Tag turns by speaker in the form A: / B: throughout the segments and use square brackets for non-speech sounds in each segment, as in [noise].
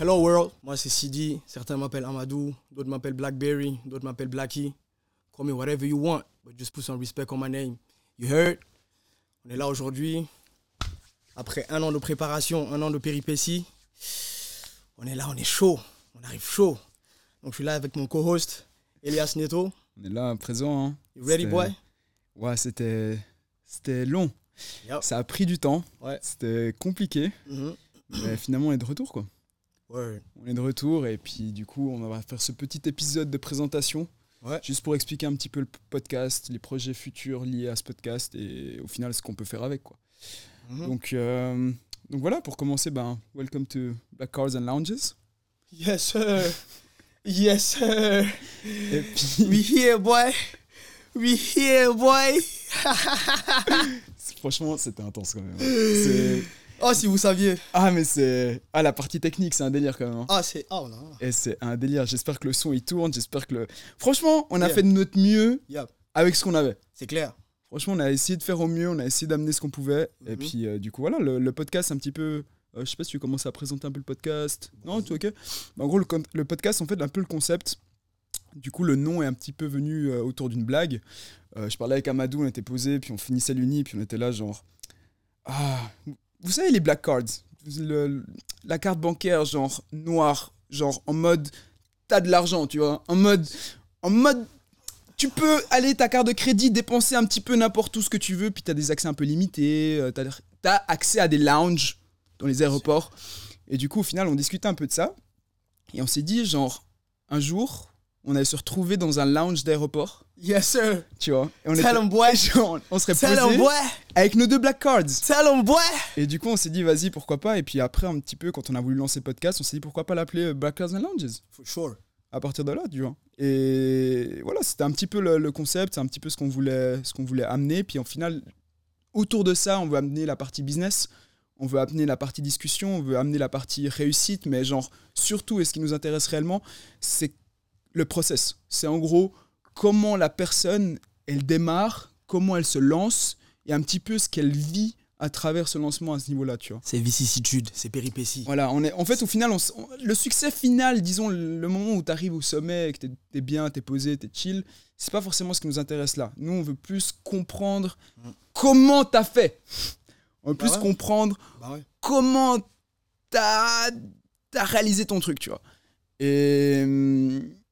A: Hello world, moi c'est CD, certains m'appellent Amadou, d'autres m'appellent Blackberry, d'autres m'appellent Blackie. Call me whatever you want, but just put some respect on my name. You heard? On est là aujourd'hui, après un an de préparation, un an de péripéties. On est là, on est chaud, on arrive chaud. Donc je suis là avec mon co-host, Elias Neto.
B: On est là à présent. Hein.
A: You ready
B: C'était-
A: boy?
B: Ouais, c'était c'était long.
A: Yo.
B: Ça a pris du temps.
A: Ouais.
B: C'était compliqué.
A: Mhm.
B: Mais finalement, on est de retour quoi.
A: Word.
B: On est de retour et puis du coup, on va faire ce petit épisode de présentation.
A: Ouais.
B: Juste pour expliquer un petit peu le p- podcast, les projets futurs liés à ce podcast et au final ce qu'on peut faire avec quoi.
A: Mhm.
B: Donc euh, donc voilà, pour commencer, ben welcome to Black Cars and Lounges.
A: Yes sir, yes sir.
B: Et
A: [laughs]
B: puis
A: We here boy, we here boy.
B: franchement, c'était intense quand même. ouais. C'est-
A: Oh si vous saviez.
B: Ah mais c'est ah la partie technique, c'est un délire quand même. hein.
A: Ah c'est, oh non.
B: Et c'est un délire. J'espère que le son il tourne. J'espère que le. Franchement, on a
A: Yeah.
B: fait de notre mieux
A: Yup.
B: avec ce qu'on avait.
A: C'est clair.
B: Franchement, on a essayé de faire au mieux. On a essayé d'amener ce qu'on pouvait. Et
A: Mhm.
B: puis, euh, du coup, voilà, le, le podcast, un petit peu. euh, je sais pas si tu commences à présenter un peu le podcast. Non,
A: Vas-y.
B: tout ok. Bah, en gros, le, con- le podcast, en fait, un peu le concept. Du coup, le nom est un petit peu venu euh, autour d'une blague. Euh, je parlais avec Amadou, on était posé, puis on finissait l'uni, puis on était là, genre. Ah, vous savez, les black cards le- le- La carte bancaire, genre noire, genre en mode. T'as de l'argent, tu vois. En mode. En mode. Tu peux aller ta carte de crédit, dépenser un petit peu n'importe où ce que tu veux, puis t'as des accès un peu limités, euh, t'as, t'as accès à des lounges dans les aéroports. Et du coup, au final, on discutait un peu de ça. Et on s'est dit, genre, un jour, on allait se retrouver dans un lounge d'aéroport,
A: Yes sir.
B: tu vois. Et on,
A: Tell
B: était-
A: them
B: [laughs]
A: boy.
B: genre, on serait
A: Tell them
B: posé
A: boy.
B: avec nos deux black cards.
A: Tell them boy.
B: Et du coup, on s'est dit, vas-y, pourquoi pas. Et puis après, un petit peu, quand on a voulu lancer le podcast, on s'est dit, pourquoi pas l'appeler euh, Black Cards and Lounges
A: For sure.
B: à partir de là, tu vois. Et voilà, c'était un petit peu le, le concept, c'est un petit peu ce qu'on voulait, ce qu'on voulait amener. Puis en final, autour de ça, on veut amener la partie business, on veut amener la partie discussion, on veut amener la partie réussite, mais genre surtout, et ce qui nous intéresse réellement, c'est le process. C'est en gros comment la personne, elle démarre, comment elle se lance, et un petit peu ce qu'elle vit à travers ce lancement à ce niveau-là, tu vois.
A: C'est vicissitudes, c'est péripéties.
B: Voilà, on est, en fait, au final, on s- on- le succès final, disons, le moment où tu arrives au sommet, et que tu es, bien, tu es posé, tu es chill, c'est pas forcément ce qui nous intéresse là. Nous, on veut plus comprendre
A: Mm.
B: comment tu as fait. On veut
A: Bah
B: plus
A: ouais.
B: comprendre
A: Bah ouais.
B: comment tu as, réalisé ton truc, tu vois. Et,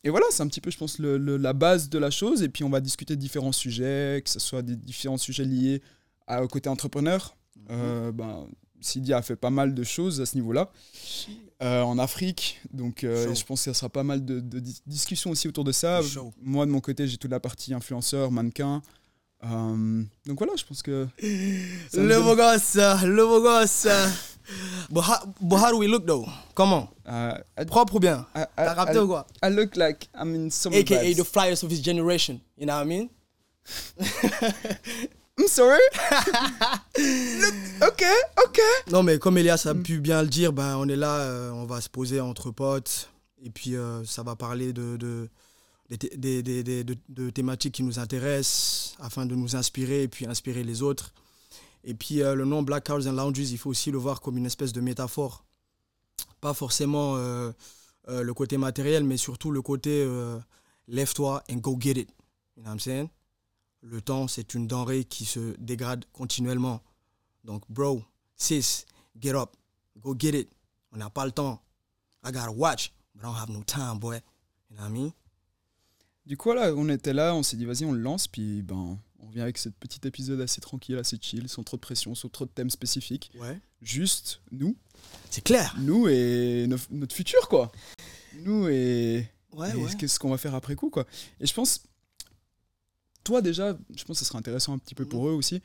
B: et voilà, c'est un petit peu, je pense, le- le- la base de la chose. Et puis, on va discuter de différents sujets, que ce soit des différents sujets liés à- au côté entrepreneur.
A: Mhm.
B: Euh, ben, Sidi a fait pas mal de choses à ce niveau-là euh, en Afrique. Donc, euh,
A: Chaud.
B: je pense qu'il y sera pas mal de, de dis- discussions aussi autour de ça.
A: Chaud.
B: Moi, de mon côté, j'ai toute la partie influenceur, mannequin. Euh, donc voilà, je pense que. ça nous
A: Le
B: donne-
A: beau gosse, le beau gosse. But how, but how do we look though? Comment?
B: Euh, I-
A: Propre ou bien?
B: I- I-
A: T'as capté ou quoi?
B: I look like I'm in some
A: AKA
B: vibes.
A: the flyers of his generation. You know what I mean?
B: I'm sorry. Look- ok, ok.
A: Non mais comme Elias a pu bien le dire, ben, on est là, euh, on va se poser entre potes et puis euh, ça va parler de, de, des thé- des- des- des- de- de thématiques qui nous intéressent afin de nous inspirer et puis inspirer les autres. Et puis euh, le nom Black House and Lounges, il faut aussi le voir comme une espèce de métaphore. Pas forcément euh, euh, le côté matériel, mais surtout le côté euh, lève-toi and go get it. You know what I'm saying? Le temps, c'est une denrée qui se dégrade continuellement. Donc, bro, sis, get up, go get it. On n'a pas le temps. I gotta watch, but I don't have no time, boy. You know what I mean?
B: Du coup, voilà, on était là, on s'est dit, vas-y, on le lance, puis ben, on revient avec ce petit épisode assez tranquille, assez chill, sans trop de pression, sans trop de thèmes spécifiques.
A: Ouais.
B: Juste nous,
A: C'est clair.
B: nous et no- notre futur, quoi. Nous et,
A: Ouais,
B: et ce- ce qu'on va faire après coup, quoi. Et je pense, toi déjà, je pense que ce sera intéressant un petit peu
A: Mm.
B: pour eux aussi.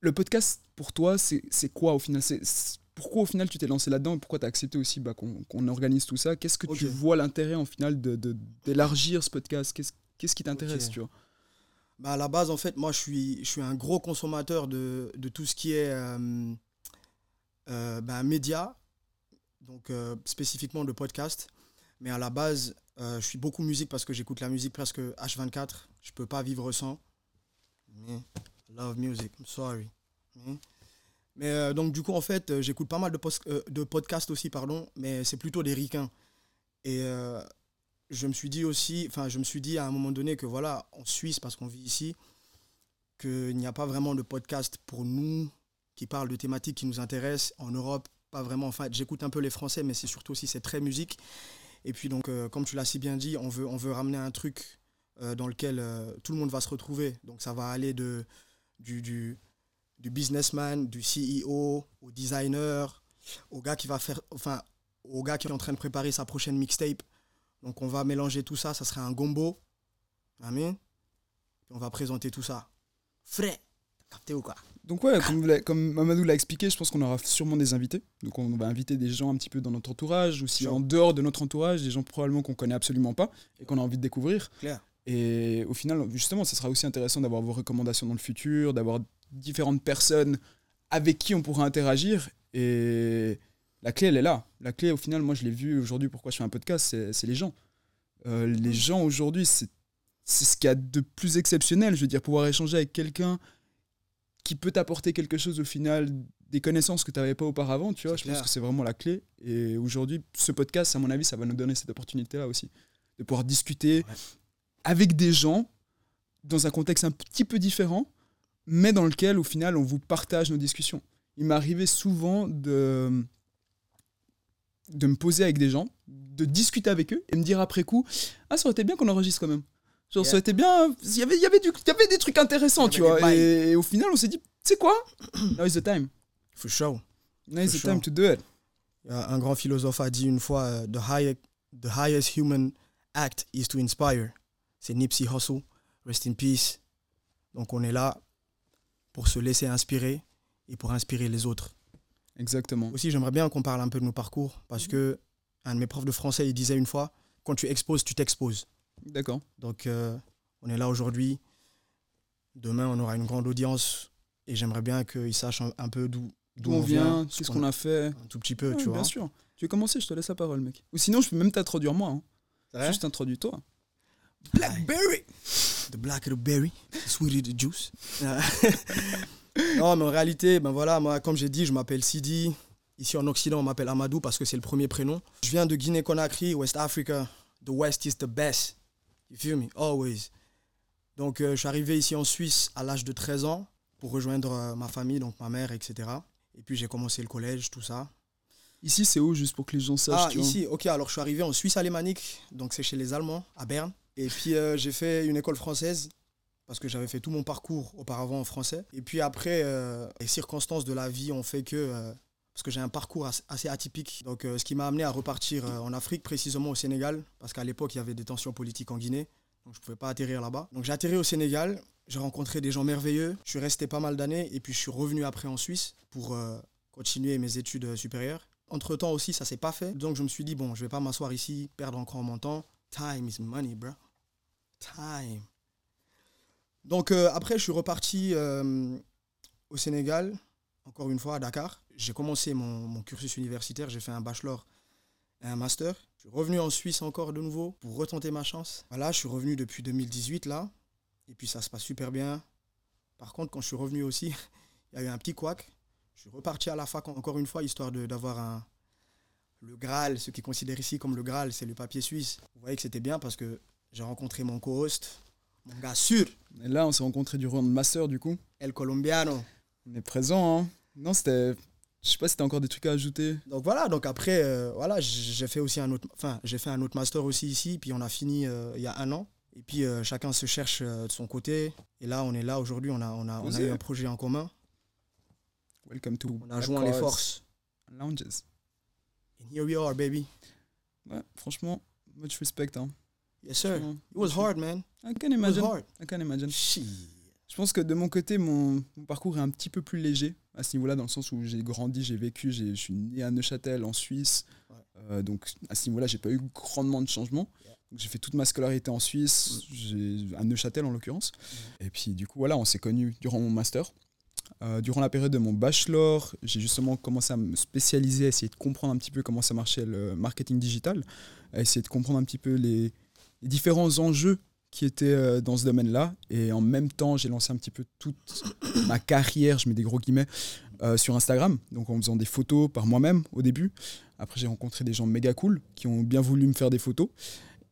B: Le podcast, pour toi, c'est c'est quoi au final C'est- c'est- Pourquoi au final tu t'es lancé là-dedans et pourquoi tu as accepté aussi bah, qu'on qu'on organise tout ça Qu'est-ce que tu
A: Ok.
B: vois l'intérêt en final de- de- d'élargir ce podcast Qu'est-ce qu'est-ce qui t'intéresse,
A: Ok.
B: tu vois
A: Bah, à la base, en fait, moi, je suis, je suis un gros consommateur de, de tout ce qui est euh, euh, bah, médias, donc euh, spécifiquement de podcasts. Mais à la base, euh, je suis beaucoup musique parce que j'écoute la musique presque H24. Je peux pas vivre sans. Mais I love music, I'm sorry. Mais, Mais euh, donc, du coup, en fait, euh, j'écoute pas mal de, post- euh, de podcasts aussi, pardon, mais c'est plutôt des ricains. Et euh, je me suis dit aussi, enfin, je me suis dit à un moment donné que voilà, en Suisse, parce qu'on vit ici, qu'il n'y a pas vraiment de podcast pour nous qui parle de thématiques qui nous intéressent. En Europe, pas vraiment. Enfin, j'écoute un peu les Français, mais c'est surtout aussi, c'est très musique. Et puis, donc, euh, comme tu l'as si bien dit, on veut, on veut ramener un truc euh, dans lequel euh, tout le monde va se retrouver. Donc, ça va aller de, du, du, du businessman, du CEO, au designer, au gars qui va faire, enfin, au gars qui est en train de préparer sa prochaine mixtape. Donc on va mélanger tout ça, ça sera un gombo. Amen. Puis on va présenter tout ça. Frais. T'as capté ou quoi
B: Donc ouais, comme, vous l'a- comme Mamadou l'a expliqué, je pense qu'on aura sûrement des invités. Donc on va inviter des gens un petit peu dans notre entourage, ou si
A: Sure.
B: en dehors de notre entourage, des gens probablement qu'on connaît absolument pas et qu'on a envie de découvrir.
A: Clair.
B: Et au final, justement, ça sera aussi intéressant d'avoir vos recommandations dans le futur, d'avoir différentes personnes avec qui on pourra interagir. Et la clé, elle est là. La clé, au final, moi je l'ai vu aujourd'hui, pourquoi je fais un podcast, c'est- c'est les gens. Euh, les gens aujourd'hui, c'est c'est ce qu'il y a de plus exceptionnel. Je veux dire, pouvoir échanger avec quelqu'un qui peut t'apporter quelque chose au final, des connaissances que tu n'avais pas auparavant, tu vois.
A: C'est
B: Je
A: clair.
B: pense que c'est vraiment la clé. Et aujourd'hui, ce podcast, à mon avis, ça va nous donner cette opportunité-là aussi, de pouvoir discuter
A: Ouais.
B: avec des gens dans un contexte un petit peu différent, mais dans lequel, au final, on vous partage nos discussions. Il m'est arrivé souvent de de me poser avec des gens, de discuter avec eux et me dire après coup, ah ça aurait été bien qu'on enregistre quand même. Genre ça
A: Yeah.
B: aurait été bien, il y avait, il y, avait du, il y avait des trucs intéressants,
A: Il y
B: tu
A: avait
B: vois.
A: des
B: Et, au final, on s'est dit, tu
A: [clears throat]
B: sais quoi Now is the time.
A: For sure.
B: Now
A: For
B: is the
A: sure.
B: time to do it.
A: Il y a Un grand philosophe a dit une fois euh, The, higher- the highest human act is to inspire. C'est Nipsey Hussle. Rest in peace. Donc on est là pour se laisser inspirer et pour inspirer les autres.
B: Exactement.
A: Aussi, j'aimerais bien qu'on parle un peu de nos parcours parce que un de mes profs de français, il disait une fois quand tu exposes, tu t'exposes.
B: D'accord.
A: Donc, euh, on est là aujourd'hui. Demain, on aura une grande audience et j'aimerais bien qu'ils sachent un, un peu d'où
B: D'où on vient, qu'est-ce qu'on a fait.
A: Un tout petit peu,
B: Ouais,
A: tu vois.
B: Bien sûr. Tu veux commencer, je te laisse la parole, mec. Ou sinon, je peux même t'introduire moi. hein.
A: Ouais.
B: Juste introduis-toi.
A: Blackberry The black of the berry, the sweeter the juice. [laughs] non, mais en réalité, ben voilà, moi, comme j'ai dit, je m'appelle Sidi. Ici en Occident, on m'appelle Amadou parce que c'est le premier prénom. Je viens de Guinée-Conakry, West Africa. The West is the best. You feel me? Always. Donc, euh, je suis arrivé ici en Suisse à l'âge de 13 ans pour rejoindre euh, ma famille, donc ma mère, etc. Et puis, j'ai commencé le collège, tout ça.
B: Ici, c'est où, juste pour que les gens sachent
A: Ah,
B: tu vois.
A: ici, ok, alors je suis arrivé en Suisse alémanique, donc c'est chez les Allemands, à Berne. Et puis euh, j'ai fait une école française, parce que j'avais fait tout mon parcours auparavant en français. Et puis après, euh, les circonstances de la vie ont fait que. euh, parce que j'ai un parcours as- assez atypique, donc euh, ce qui m'a amené à repartir euh, en Afrique, précisément au Sénégal, parce qu'à l'époque il y avait des tensions politiques en Guinée, donc je ne pouvais pas atterrir là-bas. Donc j'ai atterri au Sénégal, j'ai rencontré des gens merveilleux, je suis resté pas mal d'années, et puis je suis revenu après en Suisse pour euh, continuer mes études euh, supérieures. Entre temps aussi, ça s'est pas fait. Donc je me suis dit, bon, je vais pas m'asseoir ici, perdre encore mon temps. Time is money, bro. Time. Donc euh, après, je suis reparti euh, au Sénégal, encore une fois à Dakar. J'ai commencé mon, mon cursus universitaire, j'ai fait un bachelor et un master. Je suis revenu en Suisse encore de nouveau pour retenter ma chance. Voilà, je suis revenu depuis 2018 là. Et puis ça se passe super bien. Par contre, quand je suis revenu aussi, [laughs] il y a eu un petit couac. Je suis reparti à la fac en- encore une fois, histoire de- d'avoir un, le Graal, ce qu'ils considèrent ici comme le Graal, c'est le papier suisse. Vous voyez que c'était bien parce que j'ai rencontré mon co-host, mon gars sûr,
B: Et là, on s'est rencontrés durant ma sœur, du coup.
A: El Colombiano.
B: On est présent, hein. Non, c'était. Je sais pas si t'as encore des trucs à ajouter.
A: Donc voilà, donc après, euh, voilà, j- j'ai fait aussi un autre, enfin, j'ai fait un autre master aussi ici, puis on a fini euh, il y a un an. Et puis euh, chacun se cherche euh, de son côté. Et là, on est là aujourd'hui, on a, on a, on a
B: Osez.
A: eu un projet en commun.
B: Welcome to.
A: On a joint les
B: Across
A: forces.
B: Lounges.
A: And here we are, baby.
B: Ouais, franchement, much respect, hein.
A: Yes, sir. It
B: Franchement,
A: was hard, man.
B: I can
A: It was
B: imagine.
A: hard.
B: I can imagine.
A: Shit.
B: Je pense que de mon côté, mon, mon parcours est un petit peu plus léger à ce niveau-là, dans le sens où j'ai grandi, j'ai vécu, j'ai- je suis né à Neuchâtel, en Suisse.
A: Ouais.
B: Euh, donc à ce niveau-là, j'ai pas eu grandement de changements.
A: Yeah.
B: Donc, J'ai fait toute ma scolarité en Suisse, j'ai- à Neuchâtel en l'occurrence. Et puis du coup, voilà, on s'est connus durant mon master. Euh, durant la période de mon bachelor, j'ai justement commencé à me spécialiser, à essayer de comprendre un petit peu comment ça marchait le marketing digital, à essayer de comprendre un petit peu les, les différents enjeux qui étaient euh, dans ce domaine-là. Et en même temps, j'ai lancé un petit peu toute ma carrière, je mets des gros guillemets, euh, sur Instagram, donc en faisant des photos par moi-même au début. Après, j'ai rencontré des gens méga cool qui ont bien voulu me faire des photos.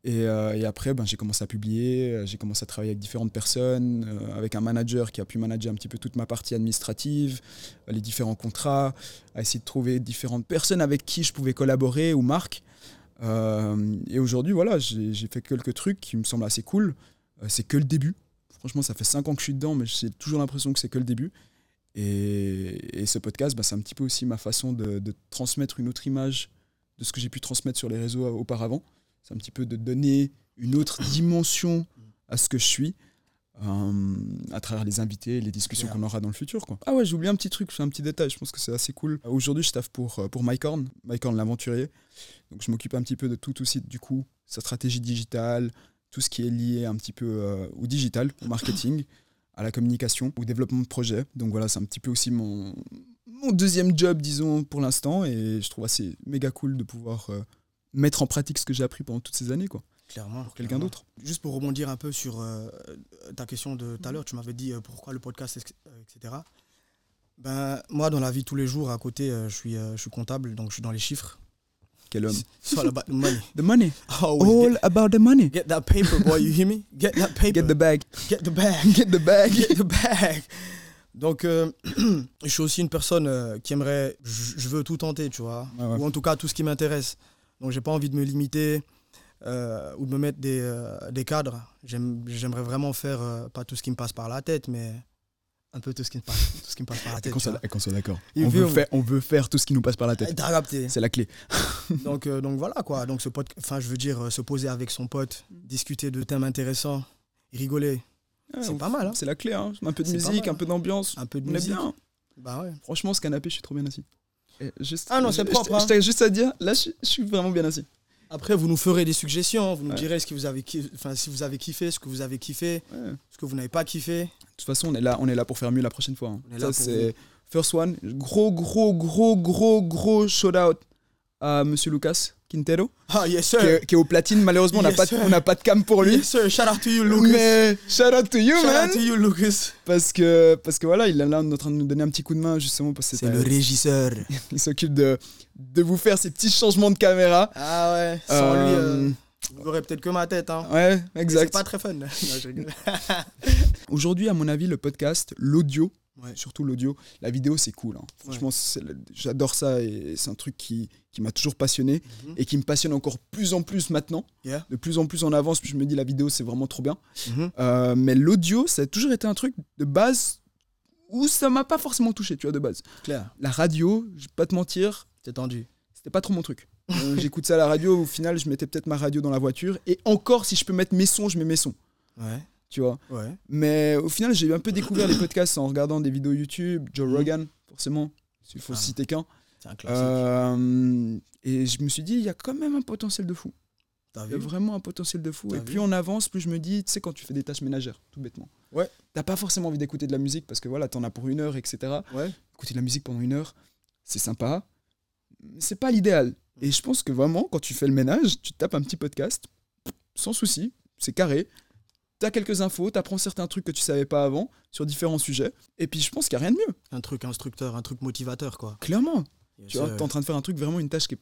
B: Et, euh, et après, ben, j'ai commencé à publier, euh, j'ai commencé à travailler avec différentes personnes, euh, avec un manager qui a pu manager un petit peu toute ma partie administrative, euh, les différents contrats, à essayer de trouver différentes personnes avec qui je pouvais collaborer ou marques. Euh, et aujourd'hui, voilà, j'ai j'ai fait quelques trucs qui me semblent assez cool. Euh, c'est que le début. Franchement, ça fait 5 ans que je suis dedans, mais j'ai toujours l'impression que c'est que le début. Et, et ce podcast, bah, c'est un petit peu aussi ma façon de, de transmettre une autre image de ce que j'ai pu transmettre sur les réseaux a- auparavant. C'est un petit peu de donner une autre dimension à ce que je suis euh, à travers les invités et les discussions
A: Clair.
B: qu'on aura dans le futur. quoi. Ah ouais, j'ai oublié un petit truc, un petit détail, je pense que c'est assez cool. Euh, Aujourd'hui, je taffe pour, euh, pour Mycorn, Mycorn l'aventurier. Donc je m'occupe un petit peu de tout, tout site du coup, sa stratégie digitale, tout ce qui est lié un petit peu euh, au digital, au marketing, à la communication, au développement de projet. Donc voilà, c'est un petit peu aussi mon, mon deuxième job, disons, pour l'instant. Et je trouve assez méga cool de pouvoir euh, mettre en pratique ce que j'ai appris pendant toutes ces années, quoi.
A: Clairement. Pour
B: Quelqu'un d'autre
A: Juste pour rebondir un peu sur euh, ta question de tout à l'heure, tu m'avais dit euh, pourquoi le podcast, ex- euh, etc. Ben, moi, dans la vie tous les jours, à côté, euh, je, suis, euh, je suis comptable, donc je suis dans les chiffres.
B: Quel homme
A: Soit la ba- money.
B: The money.
A: Oh, oui.
B: All about the money.
A: Get, get that paper, boy, you hear me? Get that paper.
B: Get the bag.
A: [laughs] Get the bag.
B: Get the [laughs] bag.
A: Get the bag. Donc, euh, [clears throat] je suis aussi une personne euh, qui aimerait. Je je veux tout tenter, tu vois.
B: Ouais, ouais.
A: Ou en tout cas, tout ce qui m'intéresse. Donc, j'ai pas envie de me limiter euh, ou de me mettre des, euh, des cadres. J'aime- J'aimerais vraiment faire, euh, pas tout ce qui me passe par la tête, mais un peu tout ce qui me passe, [laughs] tout ce qui me passe par la
B: Et
A: tête.
B: qu'on
A: tu
B: soit,
A: vois.
B: et qu'on soit d'accord.
A: Et
B: On
A: puis,
B: veut,
A: on-
B: faire, on veut Ah, faire tout ce qui nous passe par la tête.
A: Être
B: [laughs]
A: adapté.
B: C'est la clé.
A: Donc, euh, donc voilà quoi. Donc ce pote, enfin je veux dire, euh, se poser avec son pote, discuter de thèmes intéressants, rigoler,
B: ah,
A: c'est pas mal. Hein.
B: C'est la clé. Hein. Un peu de
A: C'est pas
B: musique,
A: mal,
B: un peu d'ambiance.
A: Un peu de
B: On est
A: musique.
B: bien.
A: Bah ouais.
B: Franchement, ce canapé, je suis trop bien assis. Et juste,
A: Ah non,
B: je-
A: c'est
B: je-
A: propre,
B: je-
A: hein.
B: Je t'ai juste à dire, là, je, je suis vraiment bien assis.
A: Après, vous nous ferez des suggestions, vous nous
B: Ouais.
A: direz ce que vous avez, ki- enfin, si vous avez kiffé, ce que vous avez kiffé,
B: Ouais.
A: ce que vous n'avez pas kiffé.
B: De toute façon, on est là, on est là pour faire mieux la prochaine fois. hein.
A: On est
B: Ça,
A: là pour
B: c'est First One. Gros, gros, gros, gros, gros shout out à Monsieur Lucas Quintero,
A: Ah yes
B: qui
A: sir,
B: est, qui est au platine. Malheureusement, on n'a
A: Yes,
B: pas, de-
A: sir.
B: on n'a pas de cam pour lui.
A: yes sir, shout out to you Lucas,
B: Mais shout out to you,
A: shout
B: man!
A: out to you Lucas.
B: Parce que, parce que voilà, il est là en train de nous donner un petit coup de main, justement, parce que
A: C'est le régisseur.
B: il s'occupe de, de vous faire ces petits changements de caméra.
A: Ah ouais. Sans lui, euh, vous aurez peut-être que ma tête. Hein.
B: Ouais,
A: C'est
B: exact.
A: pas très fun. [laughs] Non, je
B: [laughs]
A: rigole.
B: Aujourd'hui, à mon avis, le podcast, l'audio,
A: Ouais.
B: surtout l'audio, la vidéo, c'est cool. hein. Franchement, c'est le- j'adore ça et c'est un truc qui, qui m'a toujours passionné
A: Mhm.
B: et qui me passionne encore plus en plus maintenant.
A: Yeah.
B: De plus en plus en avance, puis je me dis la vidéo, c'est vraiment trop bien.
A: Mhm.
B: Euh, mais l'audio, ça a toujours été un truc de base où ça m'a pas forcément touché, tu vois, de base.
A: Clair,
B: La radio, je vais pas te mentir,
A: c'est tendu.
B: c'était pas trop
A: [laughs]
B: mon truc. Euh, J'écoute ça à la radio, au final, je mettais peut-être ma radio dans la voiture. Et encore, si je peux mettre mes sons, je mets mes sons,
A: Ouais,
B: tu vois.
A: ouais.
B: Mais au final, j'ai un peu découvert les podcasts en regardant des vidéos YouTube, Joe
A: Mhm.
B: Rogan, forcément, s'il faut
A: Ah.
B: citer qu'un.
A: C'est un classique.
B: Euh, et je me suis dit, il y a quand même un potentiel de fou.
A: T'as
B: Il y a
A: vu
B: vraiment un potentiel de fou.
A: T'as
B: Et
A: vu
B: plus on avance, plus je me dis, tu sais, quand tu fais des tâches ménagères, tout bêtement.
A: Ouais.
B: T'as pas forcément envie d'écouter de la musique parce que voilà, t'en as pour une heure, etc.
A: Ouais.
B: Écouter de la musique pendant une heure, c'est sympa, mais c'est pas l'idéal.
A: Mm.
B: Et je pense que vraiment, quand tu fais le ménage, tu tapes un petit podcast, sans souci, c'est carré. T'as quelques infos, t'apprends certains trucs que tu savais pas avant sur différents sujets. Et puis je pense qu'il n'y a rien de mieux,
A: Un truc instructeur, un truc motivateur quoi.
B: clairement.
A: Yes,
B: Tu vois,
A: sir.
B: t'es en train de faire un truc, vraiment une tâche qui est.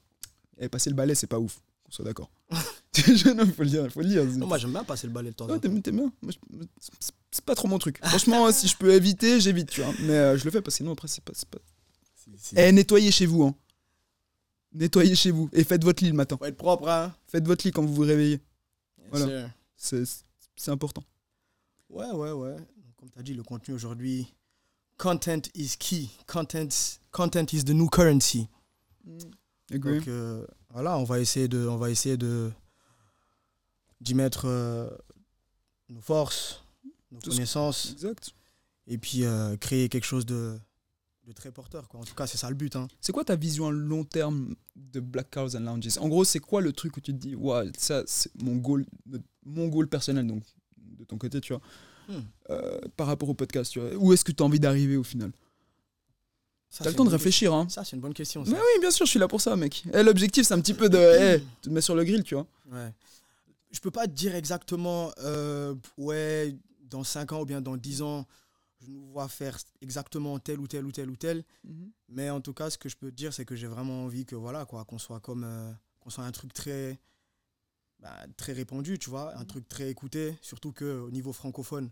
B: Eh, passer le balai, c'est pas ouf, qu'on soit
A: [laughs]
B: d'accord. [laughs] Je- non, faut le dire, faut le dire.
A: Non, moi j'aime bien passer le balai de temps
B: Ouais,
A: en temps.
B: t'aimes t'aimes bien. Moi, je- c'est- C'est pas trop
A: [laughs]
B: mon truc. Franchement, si je peux éviter, j'évite, tu vois. Mais euh, je le fais parce que sinon, après, c'est pas. c'est pas- Eh, nettoyez chez vous, hein. Nettoyez chez vous. Et faites votre lit le matin.
A: Faut être propre, hein.
B: Faites votre lit quand vous vous réveillez.
A: Yes,
B: Voilà.
A: sir.
B: C'est c'est important.
A: Ouais, ouais, ouais. Donc, comme tu as dit, le contenu aujourd'hui, content is key. Content, content is the new currency.
B: Agree.
A: Donc euh, voilà, on va essayer de, on va essayer de d'y mettre euh, nos forces, nos
B: Tout ce-
A: connaissances,
B: Exact.
A: et puis euh, créer quelque chose de, de très porteur. Quoi. En tout cas, c'est ça le but. Hein.
B: C'est quoi ta vision à long terme de Black Cows and Lounges En gros, c'est quoi le truc où tu te dis, waouh, ça, c'est mon goal, mon goal personnel, donc de ton côté, tu vois,
A: Hmm.
B: euh, par rapport au podcast, tu vois. Où est-ce que tu as envie d'arriver au final
A: Ça,
B: T'as
A: Ah, c'est
B: le temps
A: une
B: de
A: bonne
B: réfléchir, hein
A: question. Ça, c'est une bonne question. ça.
B: Mais oui, bien sûr, je suis là pour ça, mec. Eh, L'objectif, c'est un petit peu de. eh, tu te mets sur le grill, tu vois.
A: Ouais. Je peux pas te dire exactement, euh, ouais, dans 5 ans ou bien dans 10 ans, je nous vois faire exactement tel ou tel ou tel ou tel.
C: Mhm.
A: Mais en tout cas, ce que je peux te dire, c'est que j'ai vraiment envie que voilà quoi, qu'on soit comme euh, qu'on soit un truc très bah, très répandu, tu vois, un
C: Mhm.
A: truc très écouté, surtout que au niveau francophone,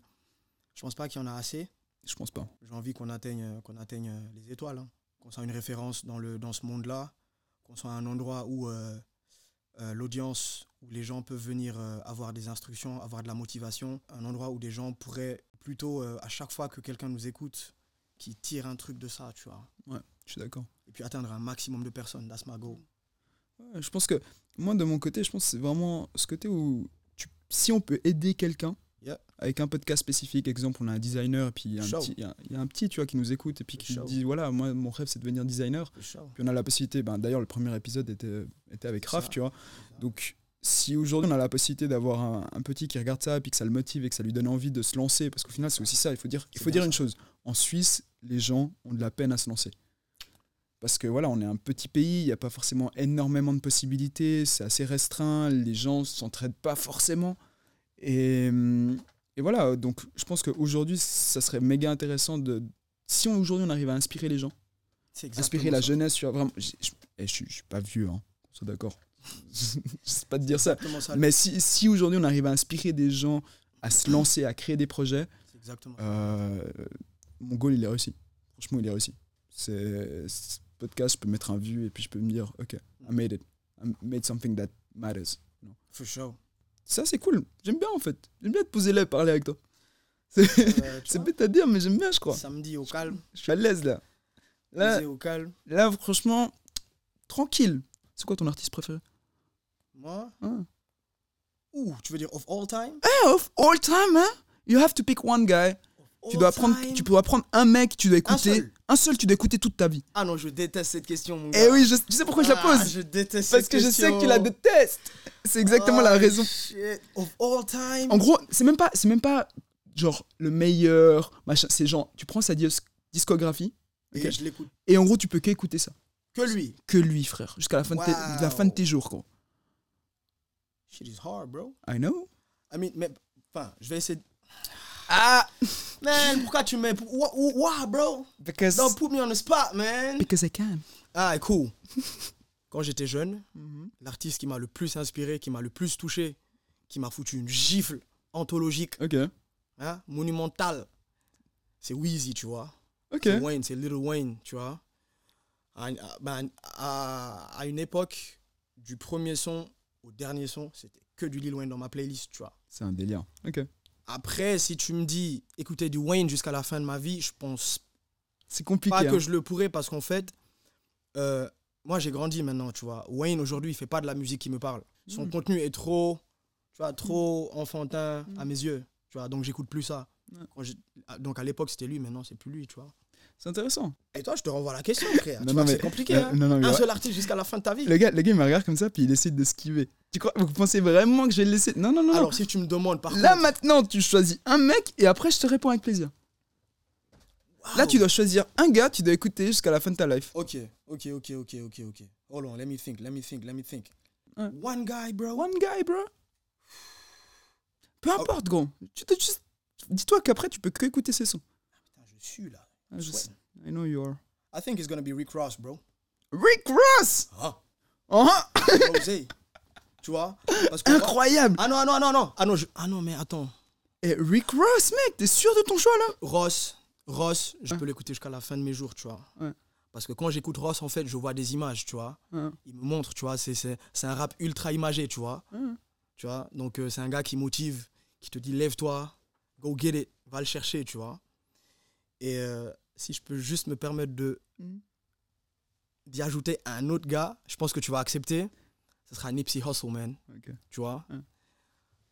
A: je pense pas qu'il y en a assez.
B: Je pense pas.
A: J'ai envie qu'on atteigne qu'on atteigne euh, les étoiles, hein. qu'on soit une référence dans le dans ce monde-là, qu'on soit un endroit où euh, euh, l'audience où les gens peuvent venir euh, avoir des instructions, avoir de la motivation, un endroit où des gens pourraient plutôt euh, à chaque fois que quelqu'un nous écoute, qui tire un truc de ça, tu vois
B: Je suis d'accord.
A: et puis atteindre un maximum de personnes. That's my goal.
B: Ouais, je pense que, moi, de mon côté, je pense que c'est vraiment ce côté où tu- si on peut aider quelqu'un
A: Yeah.
B: avec un podcast spécifique, exemple, on a un designer, et puis il y a un
A: Show.
B: petit- il y a- il y a un petit, tu vois, qui nous écoute, et puis qui
A: Show.
B: dit, voilà, moi, mon rêve, c'est de devenir designer. Puis on a la possibilité, ben, d'ailleurs le premier épisode était, était avec
A: C'est
B: Raph,
A: ça,
B: tu vois.
A: c'est ça.
B: Donc si aujourd'hui on a la possibilité d'avoir un, un petit qui regarde ça, puis que ça le motive et que ça lui donne envie de se lancer, parce qu'au final c'est aussi ça, il faut dire, il
A: C'est
B: faut
A: bien
B: dire une
A: ça.
B: chose, en Suisse, les gens ont de la peine à se lancer. Parce que voilà, on est un petit pays, il n'y a pas forcément énormément de possibilités, c'est assez restreint, les gens s'entraident pas forcément. Et, hum, et voilà, donc je pense qu'aujourd'hui, ça serait méga intéressant de... Si on- aujourd'hui on arrive à inspirer les gens,
A: C'est exactement
B: inspirer la
A: ça.
B: jeunesse sur vraiment je, je- eh, je suis- je suis pas vieux hein c'est d'accord [laughs] je sais pas te dire ça
A: Exactement ça.
B: mais si, si aujourd'hui on arrive à inspirer des gens à se lancer à créer des projets
A: C'est exactement ça.
B: euh, mon goal il est réussi franchement il est réussi c'est ce podcast je peux mettre un vue et puis je peux me dire ok I made it I made something that matters
A: For sure.
B: ça c'est cool j'aime bien en fait j'aime bien te poser là et parler avec toi [laughs] c'est
A: Euh, tu
B: c'est
A: vois,
B: bête à dire mais j'aime bien je crois
A: Samedi au calme.
B: je suis à l'aise là là
A: posé au calme.
B: Là, franchement, tranquille. C'est quoi ton artiste préféré
A: Moi.
B: Hein.
A: Ouh, tu veux dire of all time
B: Eh, Of all time, hein You have to pick one guy. tu dois prendre, tu dois prendre un mec, tu dois
A: Un
B: écouter.
A: seul.
B: tu dois écouter toute ta vie.
A: Ah non, je déteste cette question, mon
B: Eh oui, je- tu sais pourquoi je la
A: Ah,
B: pose
A: Je déteste
B: Parce
A: cette
B: que je sais que tu
A: question.
B: la détestes. C'est exactement la
A: Ah,
B: raison.
A: shit. Of all time
B: En gros, c'est même pas, c'est même pas genre le meilleur machin. C'est genre, tu prends sa dis- discographie
A: Et
B: ok.
A: je l'écoute
B: et en gros, tu peux qu'écouter ça,
A: que lui.
B: que lui, frère, jusqu'à la fin de tes,
A: Wow.
B: la fin de tes jours, gros.
A: Shit is hard, bro.
B: I know.
A: I mean, mais. Enfin, je vais essayer. de-
B: Ah,
A: Man, pourquoi tu mets. Why, why, bro
B: because
A: Don't put me on the spot, man
B: because I can.
A: Ah, cool. Quand j'étais jeune, l'artiste qui m'a le plus inspiré, qui m'a le plus touché, qui m'a foutu une gifle anthologique,
B: Ok,
A: hein, monumentale, c'est Weezy, tu vois.
B: ok.
A: C'est Wayne, c'est Little Wayne, tu vois. À, une- à- ben, à- à une époque, du premier son au dernier son, c'était que du Lil Wayne dans ma playlist, tu vois.
B: C'est un délire. Ok.
A: Après, si tu me dis écouter du Wayne jusqu'à la fin de ma vie, je pense
B: C'est compliqué.
A: pas
B: hein.
A: que je le pourrais parce qu'en fait, euh, moi j'ai grandi maintenant, tu vois. Wayne aujourd'hui, il fait pas de la musique qui me parle. Son
B: Mm.
A: contenu est trop, tu vois, trop enfantin à
B: Mm.
A: mes yeux, tu vois. Donc j'écoute plus ça.
B: Ouais.
A: Quand j'ai- ah, donc à l'époque c'était lui, maintenant c'est plus lui, tu vois.
B: C'est intéressant.
A: Et toi, je te renvoie la question, frère. Ah,
B: Non,
A: Tu
B: non,
A: vois,
B: mais-
A: c'est compliqué.
B: Euh,
A: hein.
B: non, non, mais
A: Un
B: ouais.
A: seul artiste jusqu'à la fin de ta vie.
B: le, gars, le gars, il me regarde comme ça, puis il essaie de s'esquiver. Tu crois Vous pensez vraiment que je vais le laisser Non, non, non. non.
A: Alors si tu me demandes par
B: là,
A: contre,
B: maintenant, tu choisis un mec, et après, je te réponds avec plaisir. Là,
A: Wow.
B: tu dois choisir un gars, tu dois écouter jusqu'à la fin de ta life.
A: Ok, ok, ok, ok, ok, ok. Hold on, let me think, let me think, let me think.
B: Ouais.
A: One guy, bro.
B: One guy, bro. Peu
A: Ah.
B: importe, gros. Tu te- tu- Dis-toi qu'après, tu peux que écouter ses sons.
A: Putain, je suis là.
B: Ah, je
A: Ouais.
B: sais. I know you are.
A: I think it's gonna be Rick Ross, bro.
B: Rick Ross
A: Ah.
B: Oh, hein
A: Rosé. tu vois Parce que.
B: Incroyable
A: Ah non, ah non, ah non, non. Ah non, je- ah non, mais attends.
B: Eh, Rick Ross, mec, t'es sûr de ton choix, là
A: Ross, Ross, je peux l'écouter jusqu'à la fin de mes jours, tu vois.
B: Ouais.
A: Parce que quand j'écoute Ross, en fait, je vois des images, tu vois.
B: Ouais.
A: Il me montre, tu vois. C'est, c'est, c'est un rap ultra imagé, tu vois.
B: Ouais.
A: Tu vois Donc, euh, c'est un gars qui motive, qui te dit lève-toi, go get it, va le chercher, tu vois. Et euh, si je peux juste me permettre de
B: Hmm.
C: Mhm.
A: d'y ajouter un autre gars, je pense que tu vas accepter. Ce sera Nipsey Hussle, man.
B: Ok. Ah.
A: Tu vois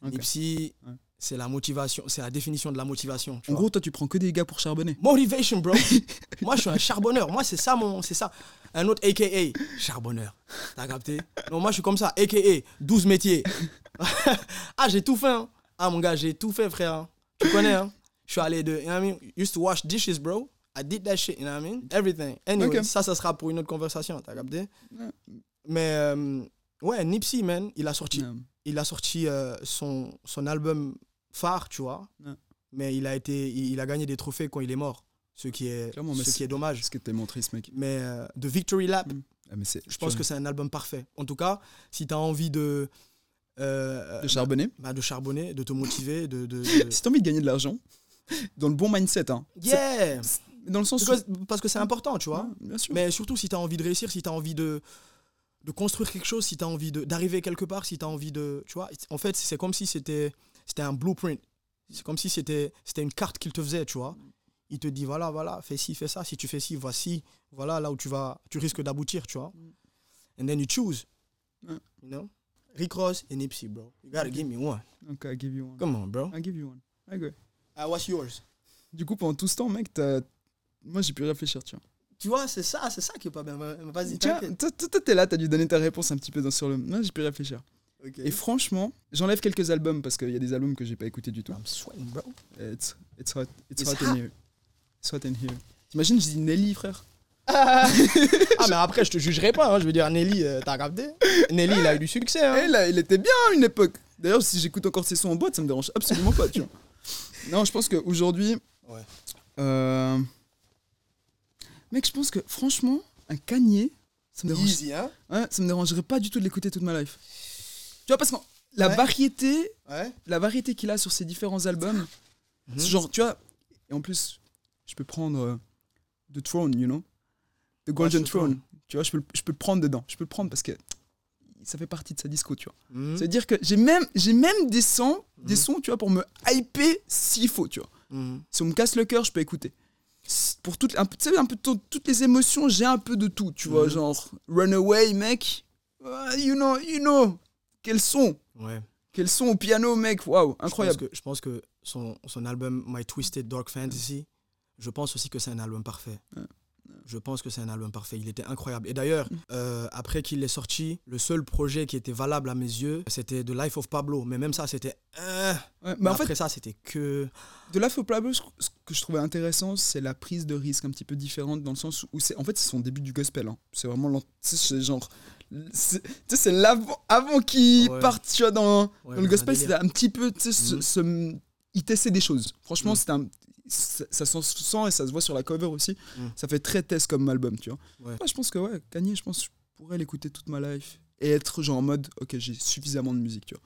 B: Ok.
A: Nipsey,
B: Ouais.
A: c'est la motivation, c'est la définition de la motivation. tu
B: En
A: vois.
B: gros, toi, tu prends que des gars pour charbonner.
A: Motivation, bro. [laughs] Moi, je suis un charbonneur. Moi, c'est ça, mon, c'est ça. Un autre AKA, charbonneur. T'as capté Non, moi, je suis comme ça. AKA, 12 métiers. [laughs] ah, j'ai tout fait. hein. Ah, mon gars, j'ai tout fait, frère. hein. Tu connais, hein Je suis allé de, you know what I mean Used to wash dishes, bro. I did that shit, you know what I mean Everything. Anyway,
B: Ok.
A: ça, ça sera pour une autre conversation. T'as capté
B: Ouais.
A: Mais, euh, ouais, Nipsey, man, il a sorti
B: Non.
A: il a sorti euh, son, son album phare, tu vois.
B: Ouais.
A: mais il a, été, il, il a gagné des trophées quand il est mort, ce qui est,
B: Clairement, mais
A: ce qui est dommage.
B: Qu'est-ce que t'es montré, ce mec
A: Mais euh, The Victory Lap,
B: Mm. Ah, mais c'est-
A: je pense que c'est un album parfait. En tout cas, si tu as envie de, euh,
B: De charbonner.
A: bah, de charbonner, de te motiver, de.
B: [laughs]
A: de, de-
B: Si t'as envie de gagner de l'argent, [laughs] dans le bon mindset, hein.
A: Yeah
B: Dans le sens
A: Parce
B: où.
A: que- Parce que c'est important, tu vois.
B: Ouais, Bien sûr.
A: Mais surtout, si tu as envie de réussir, si tu as envie de, de construire quelque chose, si tu as envie de- d'arriver quelque part, si tu as envie de. Tu vois, en fait, c'est comme si c'était c'était un blueprint. C'est comme si c'était c'était une carte qu'il te faisait, tu vois. Il te dit voilà, voilà, fais ci, fais ça. Si tu fais ci, voici. Voilà là où tu vas. Tu risques d'aboutir, tu vois. And then you choose.
B: Ouais.
A: You know? Rick Ross et Nipsey, bro. You gotta give me one.
B: Donc, I give you one.
A: Come on, bro.
B: I give you one. I go.
A: Ah, what's yours?
B: Du coup, pendant tout ce temps, mec, t'as- moi j'ai pu réfléchir, tu vois.
A: Tu vois, c'est ça, c'est ça qui est pas bien. Vas-y,
B: Tiens,
A: t'inquiète.
B: toi, toi, toi, t'es là, t'as dû donner ta réponse un petit peu dans, sur le. Moi j'ai pu réfléchir.
A: Ok.
B: Et franchement, j'enlève quelques albums parce qu'il y a des albums que j'ai pas écoutés du tout.
A: I'm sweating, bro.
B: It's, it's hot, it's,
A: It's
B: hot, in here. It's hot in here. T'imagines, je dis Nelly, frère.
A: Ah, mais après, je te jugerai pas. hein. Je veux dire, Nelly, euh, t'as capté Nelly, il a eu du succès. hein.
B: Eh, là, il était bien à une époque. D'ailleurs, si j'écoute encore ses sons en boîte, ça me dérange absolument pas,
A: [laughs]
B: tu vois. Non, je pense qu'aujourd'hui.
A: Ouais.
B: Euh... Mec, je pense que franchement, un canier, ça me dérange
A: Easy, hein
B: Ouais, ça me dérangerait pas du tout de l'écouter toute ma life. Tu vois, parce que la
A: Ouais.
B: variété,
A: hein. Ouais.
B: la variété qu'il a sur ses différents albums,
A: Mhm.
B: c'est genre, tu vois, et en plus, je peux prendre euh, The Throne, you know, The Golden
A: je sais
B: Throne, tu vois, je peux, le- je peux le prendre dedans, je peux le prendre parce que ça fait partie de sa disco, tu vois.
A: Mhm.
B: Ça veut dire que j'ai même, j'ai même des sons, des
A: Mhm.
B: sons, tu vois, pour me hyper s'il faut, tu vois.
A: Mhm.
B: Si on me casse le cœur, je peux écouter. C'est Pour toutes, un, peu- tu sais, un peu tout- toutes les émotions, j'ai un peu de tout, tu vois,
A: Mhm.
B: genre Runaway, mec. Ah, you know, you know. Quels sont
A: Ouais.
B: Quels sont au piano, mec Waouh,
A: Je
B: incroyable.
A: pense que, je pense que son, son album My Twisted Dark Fantasy, je pense aussi que c'est un album parfait.
B: Ah.
A: Je pense que c'est un album parfait. Il était incroyable. Et d'ailleurs,
B: Mm.
A: euh, après qu'il est sorti, le seul projet qui était valable à mes yeux, c'était The Life of Pablo. Mais même ça, c'était. euh,
B: Ouais,
A: mais
B: mais en
A: après
B: fait,
A: ça, c'était que.
B: de la Faux Pablo, ce ce que je trouvais intéressant, c'est la prise de risque un petit peu différente dans le sens où c'est. En fait, c'est son début du gospel. hein. C'est vraiment. l'an- tu sais, c'est genre. c'est- Tu sais, c'est l'avant avant qu'il
A: Ouais.
B: parte, tu vois, dans.
A: Ouais,
B: Dans le
A: un
B: gospel,
A: délire.
B: c'était un petit peu, tu sais, ce-
A: Mhm.
B: ce- il testait des choses. Franchement,
A: Mhm.
B: c'était un, ça, ça s'en sent et ça se voit sur la cover aussi.
A: Mhm.
B: Ça fait très test comme album, tu vois.
A: Ouais.
B: Moi, je pense que ouais, Kanye, je pense, que je pourrais l'écouter toute ma life et être genre en mode, ok, j'ai suffisamment de musique, tu vois.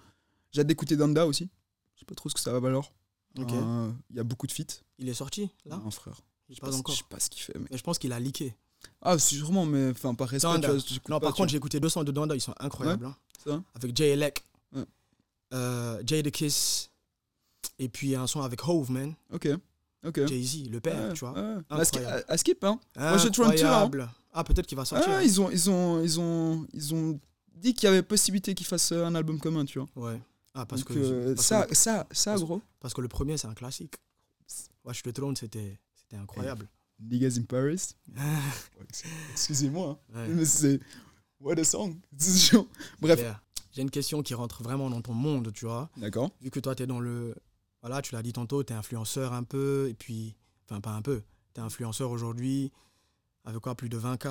B: J'ai hâte d'écouter Danda aussi. Je sais pas trop ce que ça va valoir. Euh,
A: Ok.
B: Il y a beaucoup de feats.
A: Il est sorti, là
B: Non, frère.
A: Je
B: Je
A: Pas
B: sais
A: encore.
B: Je sais pas ce qu'il fait. Mais...
A: Mais je pense qu'il a leaké.
B: Ah, sûrement, mais enfin, par respect,
A: Danda.
B: tu vois, j'écoute
A: Non,
B: pas,
A: par
B: tu
A: contre, j'ai écouté 200 de Danda, ils sont incroyables. hein.
B: C'est vrai
A: Avec Jay Elec,
B: Ouais.
A: euh, Jay The Kiss, et puis un son avec Hove, man.
B: vois. Ok. Ok.
A: Jay-Z, le père,
B: Ouais,
A: tu vois.
B: ouais. À skip-
A: Incroyable.
B: à- à skip, hein. Moi, je tourne tout, hein.
A: Incroyable. Ah, peut-être qu'il va sortir.
B: Ah,
A: hein.
B: ils ont, ils ont, ils ont, ils ont dit qu'il y avait possibilité qu'ils fassent euh, un album commun, tu vois.
A: Ouais. Ah, parce
B: Donc,
A: que,
B: euh,
A: parce,
B: ça,
A: que le,
B: ça, ça,
A: parce-
B: gros.
A: parce que le premier, c'est un classique. Watch the Throne, c'était c'était incroyable.
B: Niggas in Paris. Excusez-moi,
A: [laughs]
B: hein.
A: Ouais.
B: mais c'est what a song. [laughs] C'est genre- Bref,
A: Claire, J'ai une question qui rentre vraiment dans ton monde, tu vois.
B: d'accord.
A: Vu que toi, tu es dans le. Voilà, tu l'as dit tantôt, tu es influenceur un peu, et puis. Enfin, pas un peu. Tu es influenceur aujourd'hui, avec quoi Plus de 20K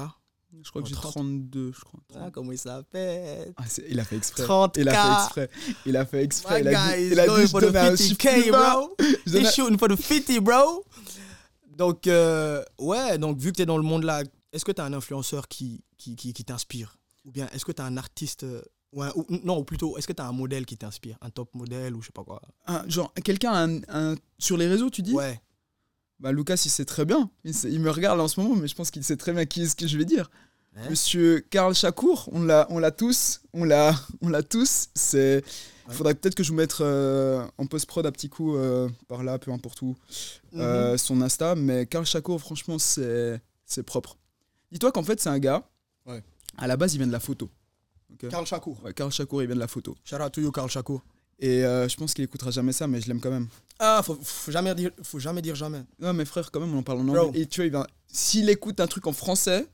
B: Je crois que
A: Oh,
B: j'ai
A: 30.
B: 32, je crois.
A: Ah, comment il s'appelle
B: Ah, c'est- il a fait exprès.
A: 30K.
B: Il a fait exprès. Il a fait exprès.
A: My
B: Il a
A: guy
B: dit,
A: is
B: il a
A: going
B: dit je
A: for the
B: donne un chiffre plus
A: 50K,
B: bas.
A: bro.
B: Je donne
A: He's
B: un-
A: shooting for the 50, bro. Donc, euh, ouais, donc vu que tu es dans le monde là, est-ce que tu as un influenceur qui, qui, qui, qui t'inspire Ou bien est-ce que tu as un artiste euh, ou un- ou- non, ou plutôt, est-ce que tu as un modèle qui t'inspire Un top modèle ou je sais pas quoi
B: un- Genre, quelqu'un a un- un- sur les réseaux, tu dis
A: Ouais.
B: Bah, Lucas, il sait très bien. Il, sait- il me regarde en ce moment, mais je pense qu'il sait très bien qui est ce que je vais dire.
A: Hein
B: Monsieur Karl Chakour, on l'a, on l'a tous, on l'a, [laughs] on l'a tous. C'est, il
A: Ouais.
B: faudrait peut-être que je vous mette euh, en post prod un petit coup euh, par là, peu importe où,
A: Mhm. Mm-hmm.
B: euh, son Insta. Mais Karl Chakour, franchement, c'est, c'est propre. Dis-toi qu'en fait, c'est un gars.
A: Ouais.
B: À la base, il vient de la photo.
A: Karl Chakour.
B: Ouais, Karl Chakour, il vient de la photo.
A: Shout out to you, Karl Chakour.
B: Et euh, je pense qu'il écoutera jamais ça, mais je l'aime quand même.
A: Ah, faut, faut jamais dire, faut jamais dire jamais.
B: Non, mais frère, quand même, on en parle en
A: Bro.
B: anglais. Et tu vois, il va- s'il écoute un truc en français.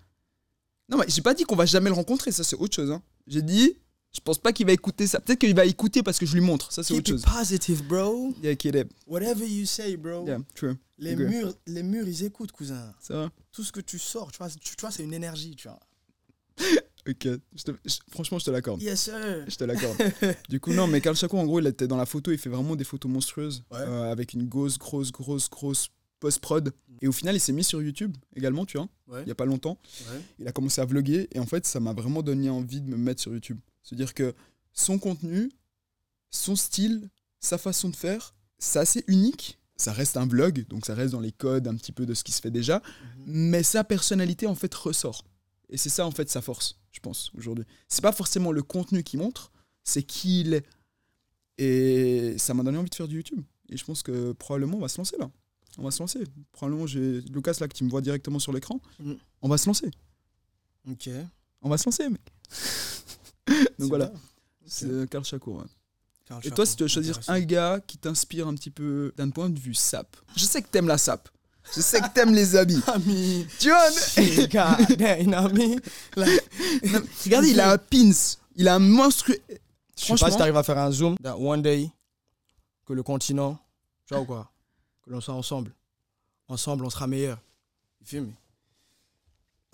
B: Non, mais j'ai pas dit qu'on va jamais le rencontrer, ça c'est autre chose. hein. J'ai dit, je pense pas qu'il va écouter ça. Peut-être qu'il va écouter parce que je lui montre, ça c'est
A: Keep
B: autre
A: it
B: chose.
A: positive, bro.
B: Yeah, kid, yeah.
A: Whatever you say, bro.
B: Yeah, true.
A: Les,
B: agree.
A: murs, les murs, ils écoutent, cousin.
B: Ça va.
A: Tout ce que tu sors, tu vois, tu, tu vois c'est une énergie, tu vois.
B: Ok, je te- je- franchement, je te l'accorde.
A: Yes, sir.
B: Je
A: [laughs]
B: te l'accorde. du coup, non, mais Karl Chaco, en gros, il était dans la photo, il fait vraiment des photos monstrueuses
A: Ouais.
B: euh, avec une grosse, grosse, grosse, grosse post-prod. Et au final, il s'est mis sur YouTube également, tu vois,
A: Mm. Ouais,
B: il y a pas longtemps.
A: ouais.
B: Il a commencé à vlogger et en fait, ça m'a vraiment donné envie de me mettre sur YouTube. C'est-à-dire que son contenu, son style, sa façon de faire, c'est assez unique. Ça reste un vlog, donc ça reste dans les codes un petit peu de ce qui se fait déjà, mais sa personnalité en fait ressort. Et c'est ça en fait sa force, je pense, aujourd'hui. C'est pas forcément le contenu qu'il montre, c'est qui il est. Et ça m'a donné envie de faire du YouTube. Et je pense que probablement on va se lancer là. On va se lancer. Probablement, j'ai Lucas là qui me voit directement sur l'écran.
A: Mm.
B: On va se lancer
A: Ok.
B: on va se lancer, [laughs] mec. Donc voilà,
A: C'est
B: c'est Karl Chacour. ouais. Et toi, si tu veux choisir un gars qui t'inspire un petit peu d'un point de vue sap, je sais que t'aimes la sap, je sais que t'aimes les habits.
A: ami.
B: Tu vois,
A: [laughs] God damn, ami.
B: [laughs] regarde, il a un pins, il a un monstrueux.
A: Je sais pas si
B: Franchement-
A: t'arrives à faire un zoom. that one day, que le continent, tu vois ou quoi, que l'on soit ensemble. Ensemble, on sera meilleur. Tu filmes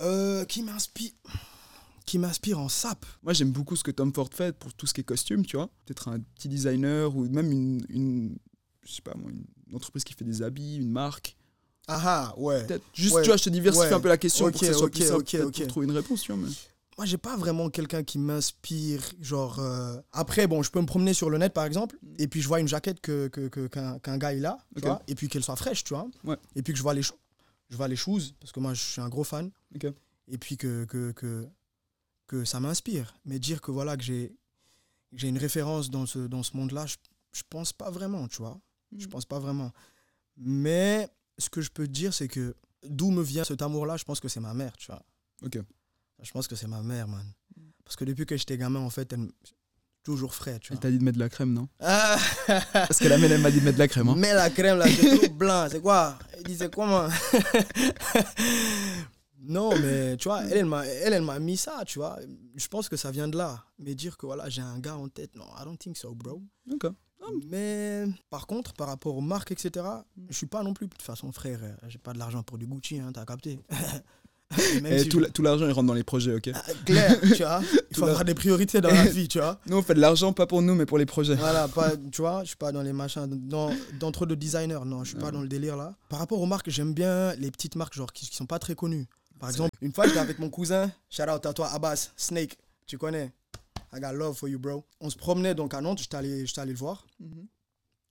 A: euh, Qui m'inspire Qui m'inspire en sap
B: Moi, j'aime beaucoup ce que Tom Ford fait pour tout ce qui est costume, tu vois. Peut-être un petit designer ou même une, une- je sais pas moi, une entreprise qui fait des habits, une marque.
A: Ah ah, ouais.
B: Peut-être juste,
A: Ouais.
B: tu vois, je te diversifie
A: Ouais.
B: un peu la question pour
A: Ok,
B: que ça soit
A: ok,
B: plus simple,
A: ok,
B: peut-être
A: ok.
B: pour trouver une réponse, tu vois. mais-
A: Moi, j'ai pas vraiment quelqu'un qui m'inspire. Genre, euh, après, bon, je peux me promener sur le net, par exemple, et puis je vois une jaquette que, que- que- qu'un, qu'un gars il a, tu
B: Ok.
A: vois, et puis qu'elle soit fraîche, tu vois.
B: Ouais.
A: Et puis que je vois les, cho- je vois les choses, parce que moi, je suis un gros fan.
B: Ok.
A: Et puis que, que, que, que ça m'inspire. Mais dire que voilà, que j'ai, que j'ai une référence dans ce, dans ce monde-là, je, je pense pas vraiment, tu vois. Je
B: Mm.
A: pense pas vraiment. Mais ce que je peux te dire, c'est que d'où me vient cet amour-là, je pense que c'est ma mère, tu vois.
B: Ok.
A: Je pense que c'est ma mère, man. Parce que depuis que j'étais gamin, en fait, elle me- toujours frais, tu
B: Elle
A: vois.
B: t'a dit de mettre de la crème, non
A: Ah,
B: Ah. [laughs] Parce que la mienne, elle m'a dit de mettre de la crème. hein.
A: mets la crème là, c'est tout blanc, c'est quoi Elle disait comment [laughs] Non, mais tu vois, elle, elle m'a elle, elle m'a mis ça, tu vois. Je pense que ça vient de là. Mais dire que voilà, j'ai un gars en tête, non, I don't think so, bro.
B: Ok.
A: Mais par contre, par rapport aux marques, etc., je suis pas non plus, de toute façon, frère, euh, j'ai pas de l'argent pour du Gucci, hein, t'as capté. [laughs] Et même
B: Et
A: si
B: tout
A: je-
B: la- tout l'argent, il rentre dans les projets, ok
A: Ah, Clair, tu
B: [laughs]
A: vois, il
B: Tout
A: faut
B: la-
A: avoir des priorités dans la vie, tu vois.
B: Nous, on fait de l'argent pas pour nous, mais pour les projets.
A: Voilà, pas, tu vois, je suis pas dans les machins, dans, dans trop de designers, non, je suis pas
B: Ouais.
A: dans le délire là. Par rapport aux marques, j'aime bien les petites marques genre qui, qui sont pas très connues. Par exemple, une fois j'étais avec mon cousin, shout out à toi Abbas, Snake, tu connais, I got love for you bro. On se promenait donc à Nantes, j'étais allé, j'étais allé le voir,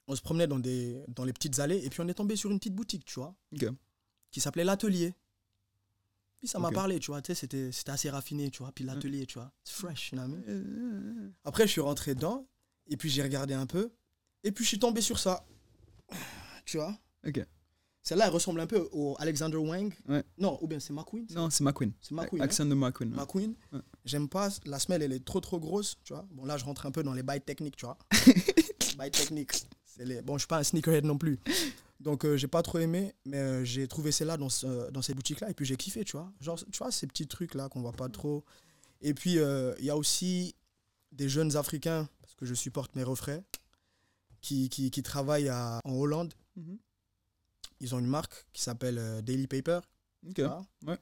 A: on se promenait dans, des, dans les petites allées et puis on est tombé sur une petite boutique, tu vois,
B: Ok.
A: qui s'appelait L'Atelier. Puis ça m'a
B: Ok.
A: parlé, tu vois, tu sais, c'était c'était assez raffiné, tu vois, puis l'atelier, tu vois, it's fresh, you know what I mean
B: Euh,
A: après, je suis rentré dedans, et puis j'ai regardé un peu, et puis je suis tombé sur ça. [sighs] Tu vois
B: Ok.
A: Celle-là, elle ressemble un peu au Alexander Wang.
B: Ouais.
A: Non, ou bien c'est McQueen.
B: Non, c'est McQueen.
A: C'est McQueen. hein
B: Accent de McQueen. ouais.
A: McQueen.
B: Ouais.
A: J'aime pas, la semelle, elle est trop trop grosse, tu vois. Bon, là, je rentre un peu dans les bails techniques, tu
B: [laughs]
A: vois. bails techniques. c'est Les... Bon, je suis pas un sneakerhead non plus. Donc, euh, j'ai pas trop aimé, mais euh, j'ai trouvé celle-là dans, ce- euh, dans cette boutique-là, et puis j'ai kiffé, tu vois. Genre, tu vois, ces petits trucs-là qu'on voit pas trop. Et puis, euh, il y a aussi des jeunes Africains, parce que je supporte mes refrains, qui, qui, qui travaillent à- en Hollande.
B: Mhm.
A: Ils ont une marque qui s'appelle euh, Daily Paper.
B: Ok,
A: tu vois.
B: bien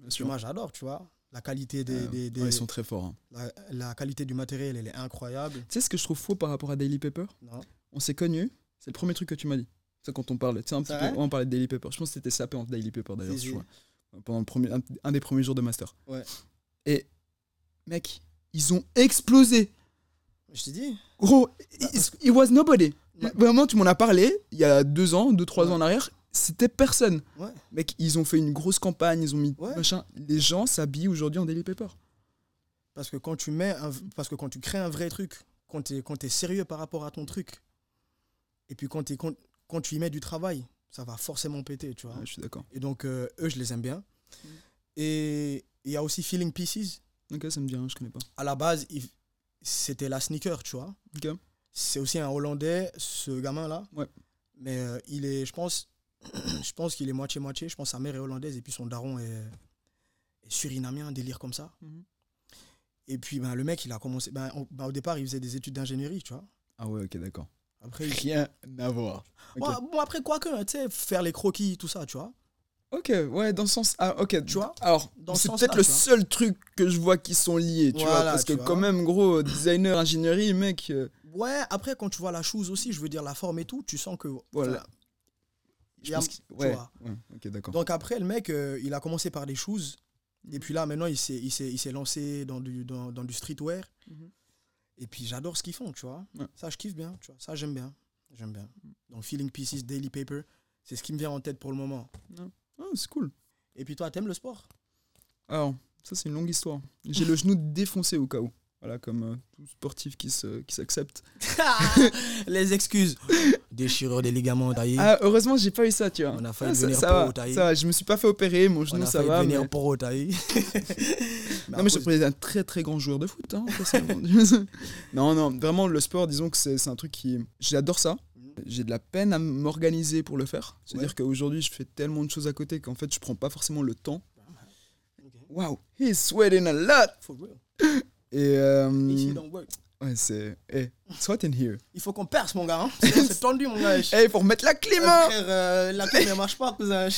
A: Parce que
B: sûr.
A: Moi, j'adore, tu vois. La qualité des,
B: Euh,
A: des- des-
B: ouais, ils sont très forts. hein.
A: la, la qualité du matériel, elle est incroyable.
B: Tu sais ce que je trouve faux par rapport à Daily Paper
A: Non.
B: On s'est connus, c'est le premier truc que tu m'as dit. C'est quand on parlait. Tu sais, un
A: C'est
B: petit peu-
A: vrai
B: ouais, on parlait de Daily Paper. Je pense que c'était sapé entre Daily Paper d'ailleurs,
A: Si,
B: je
A: si.
B: crois. Pendant le premier, un, un des premiers jours de master.
A: Ouais.
B: Et, mec, ils ont explosé.
A: Je t'ai dit
B: Gros, it, it was nobody.
A: Ouais.
B: Vraiment, tu m'en as parlé il y a deux ans, deux, trois
A: Ouais.
B: ans en arrière. C'était personne.
A: Ouais.
B: Mec, ils ont fait une grosse campagne, ils ont mis
A: Ouais.
B: machin. Les gens s'habillent aujourd'hui en Daily Paper.
A: Parce que quand tu mets un, parce que quand tu crées un vrai truc, quand tu es, sérieux par rapport à ton truc, et puis quand, t'es- quand, quand tu y mets du travail, ça va forcément péter, tu vois.
B: Ouais, je suis d'accord.
A: Et donc, euh, eux, je les aime bien.
B: Mm.
A: Et il y a aussi Feeling Pieces.
B: Ok, ça me dit rien, je connais pas.
A: À la base, il- c'était la sneaker, tu vois.
B: Ok.
A: C'est aussi un Hollandais, ce gamin-là.
B: Ouais.
A: Mais euh, il est, je pense, [clears throat] je pense qu'il est moitié-moitié. Je pense que sa mère est hollandaise et puis son daron est, est surinamien, un délire comme ça.
B: Mhm.
A: Et puis, ben, le mec, il a commencé. ben, on- ben, au départ, il faisait des études d'ingénierie, tu vois.
B: Ah ouais, ok, d'accord.
A: Après, il-
B: Rien à voir. Ok.
A: Ouais, bon, après, quoi que, hein, tu sais, faire les croquis, tout ça, tu vois.
B: Ok, ouais, dans ce sens. Ah, ok.
A: Tu vois
B: Alors,
A: Dans ce
B: c'est
A: sens-là,
B: peut-être le
A: tu vois.
B: seul truc que je vois qui sont liés, tu vois.
A: Voilà,
B: Parce que,
A: tu vois.
B: quand même, gros, euh, designer, ingénierie, mec. euh,
A: Ouais, après, quand tu vois la chose aussi, je veux dire la forme et tout, tu sens que.
B: Voilà.
A: enfin, il
B: je
A: y a-
B: pense qu'il-
A: tu
B: ouais,
A: vois.
B: ouais, ok, d'accord.
A: Donc après, le mec, euh, il a commencé par des choses.
B: Mhm.
A: Et puis là, maintenant, il s'est, il s'est, il s'est lancé dans du, dans, dans du streetwear.
B: Mhm.
A: Et puis j'adore ce qu'ils font, tu vois.
B: Ouais. Mhm.
A: Ça, je kiffe bien, tu vois. Ça, j'aime bien. J'aime bien. Donc Feeling Pieces, Daily Paper, c'est ce qui me vient en tête pour le moment.
B: Ah, c'est cool.
A: Et puis toi, t'aimes le
B: [laughs]
A: sport [laughs]
B: Alors, ça, c'est une longue histoire. J'ai le genou défoncé au cas où. Voilà, comme euh, tout sportif qui se- qui s'accepte.
A: Les excuses. Déchirure des ligaments taillés.
B: Ah, heureusement, j'ai pas eu ça, tu vois.
A: On a failli
B: Ah, ça-
A: devenir
B: ça,
A: pro,
B: va,
A: t'as eu.
B: ça va, je me suis pas fait opérer, mon
A: On
B: genou,
A: a
B: ça
A: failli Bah,
B: va.
A: devenir
B: mais-
A: pro
B: [laughs]
A: taillé.
B: Non, mais j'ai pris un très très grand joueur de
A: [laughs]
B: foot. hein, forcément. [laughs] non, non, vraiment, le sport, disons que c'est c'est un truc qui. J'adore ça. J'ai de la peine à m'organiser pour le faire.
A: Mhm.
B: C'est-à-dire
A: Ouais.
B: qu'aujourd'hui, je fais tellement de choses à côté qu'en fait, je prends pas forcément le temps. Waouh, he's sweating a lot!
A: For real.
B: Et. euh,
A: If you don't work.
B: ouais, c'est. Hey, sweating here.
A: Il faut qu'on perce, mon
B: [laughs]
A: gars. hein. Sinon, c'est tendu, mon gars.
B: Hey, faut remettre la hein.
A: Euh,
B: climat!
A: frère, euh, la clim, elle marche pas,
B: [laughs]
A: cousin.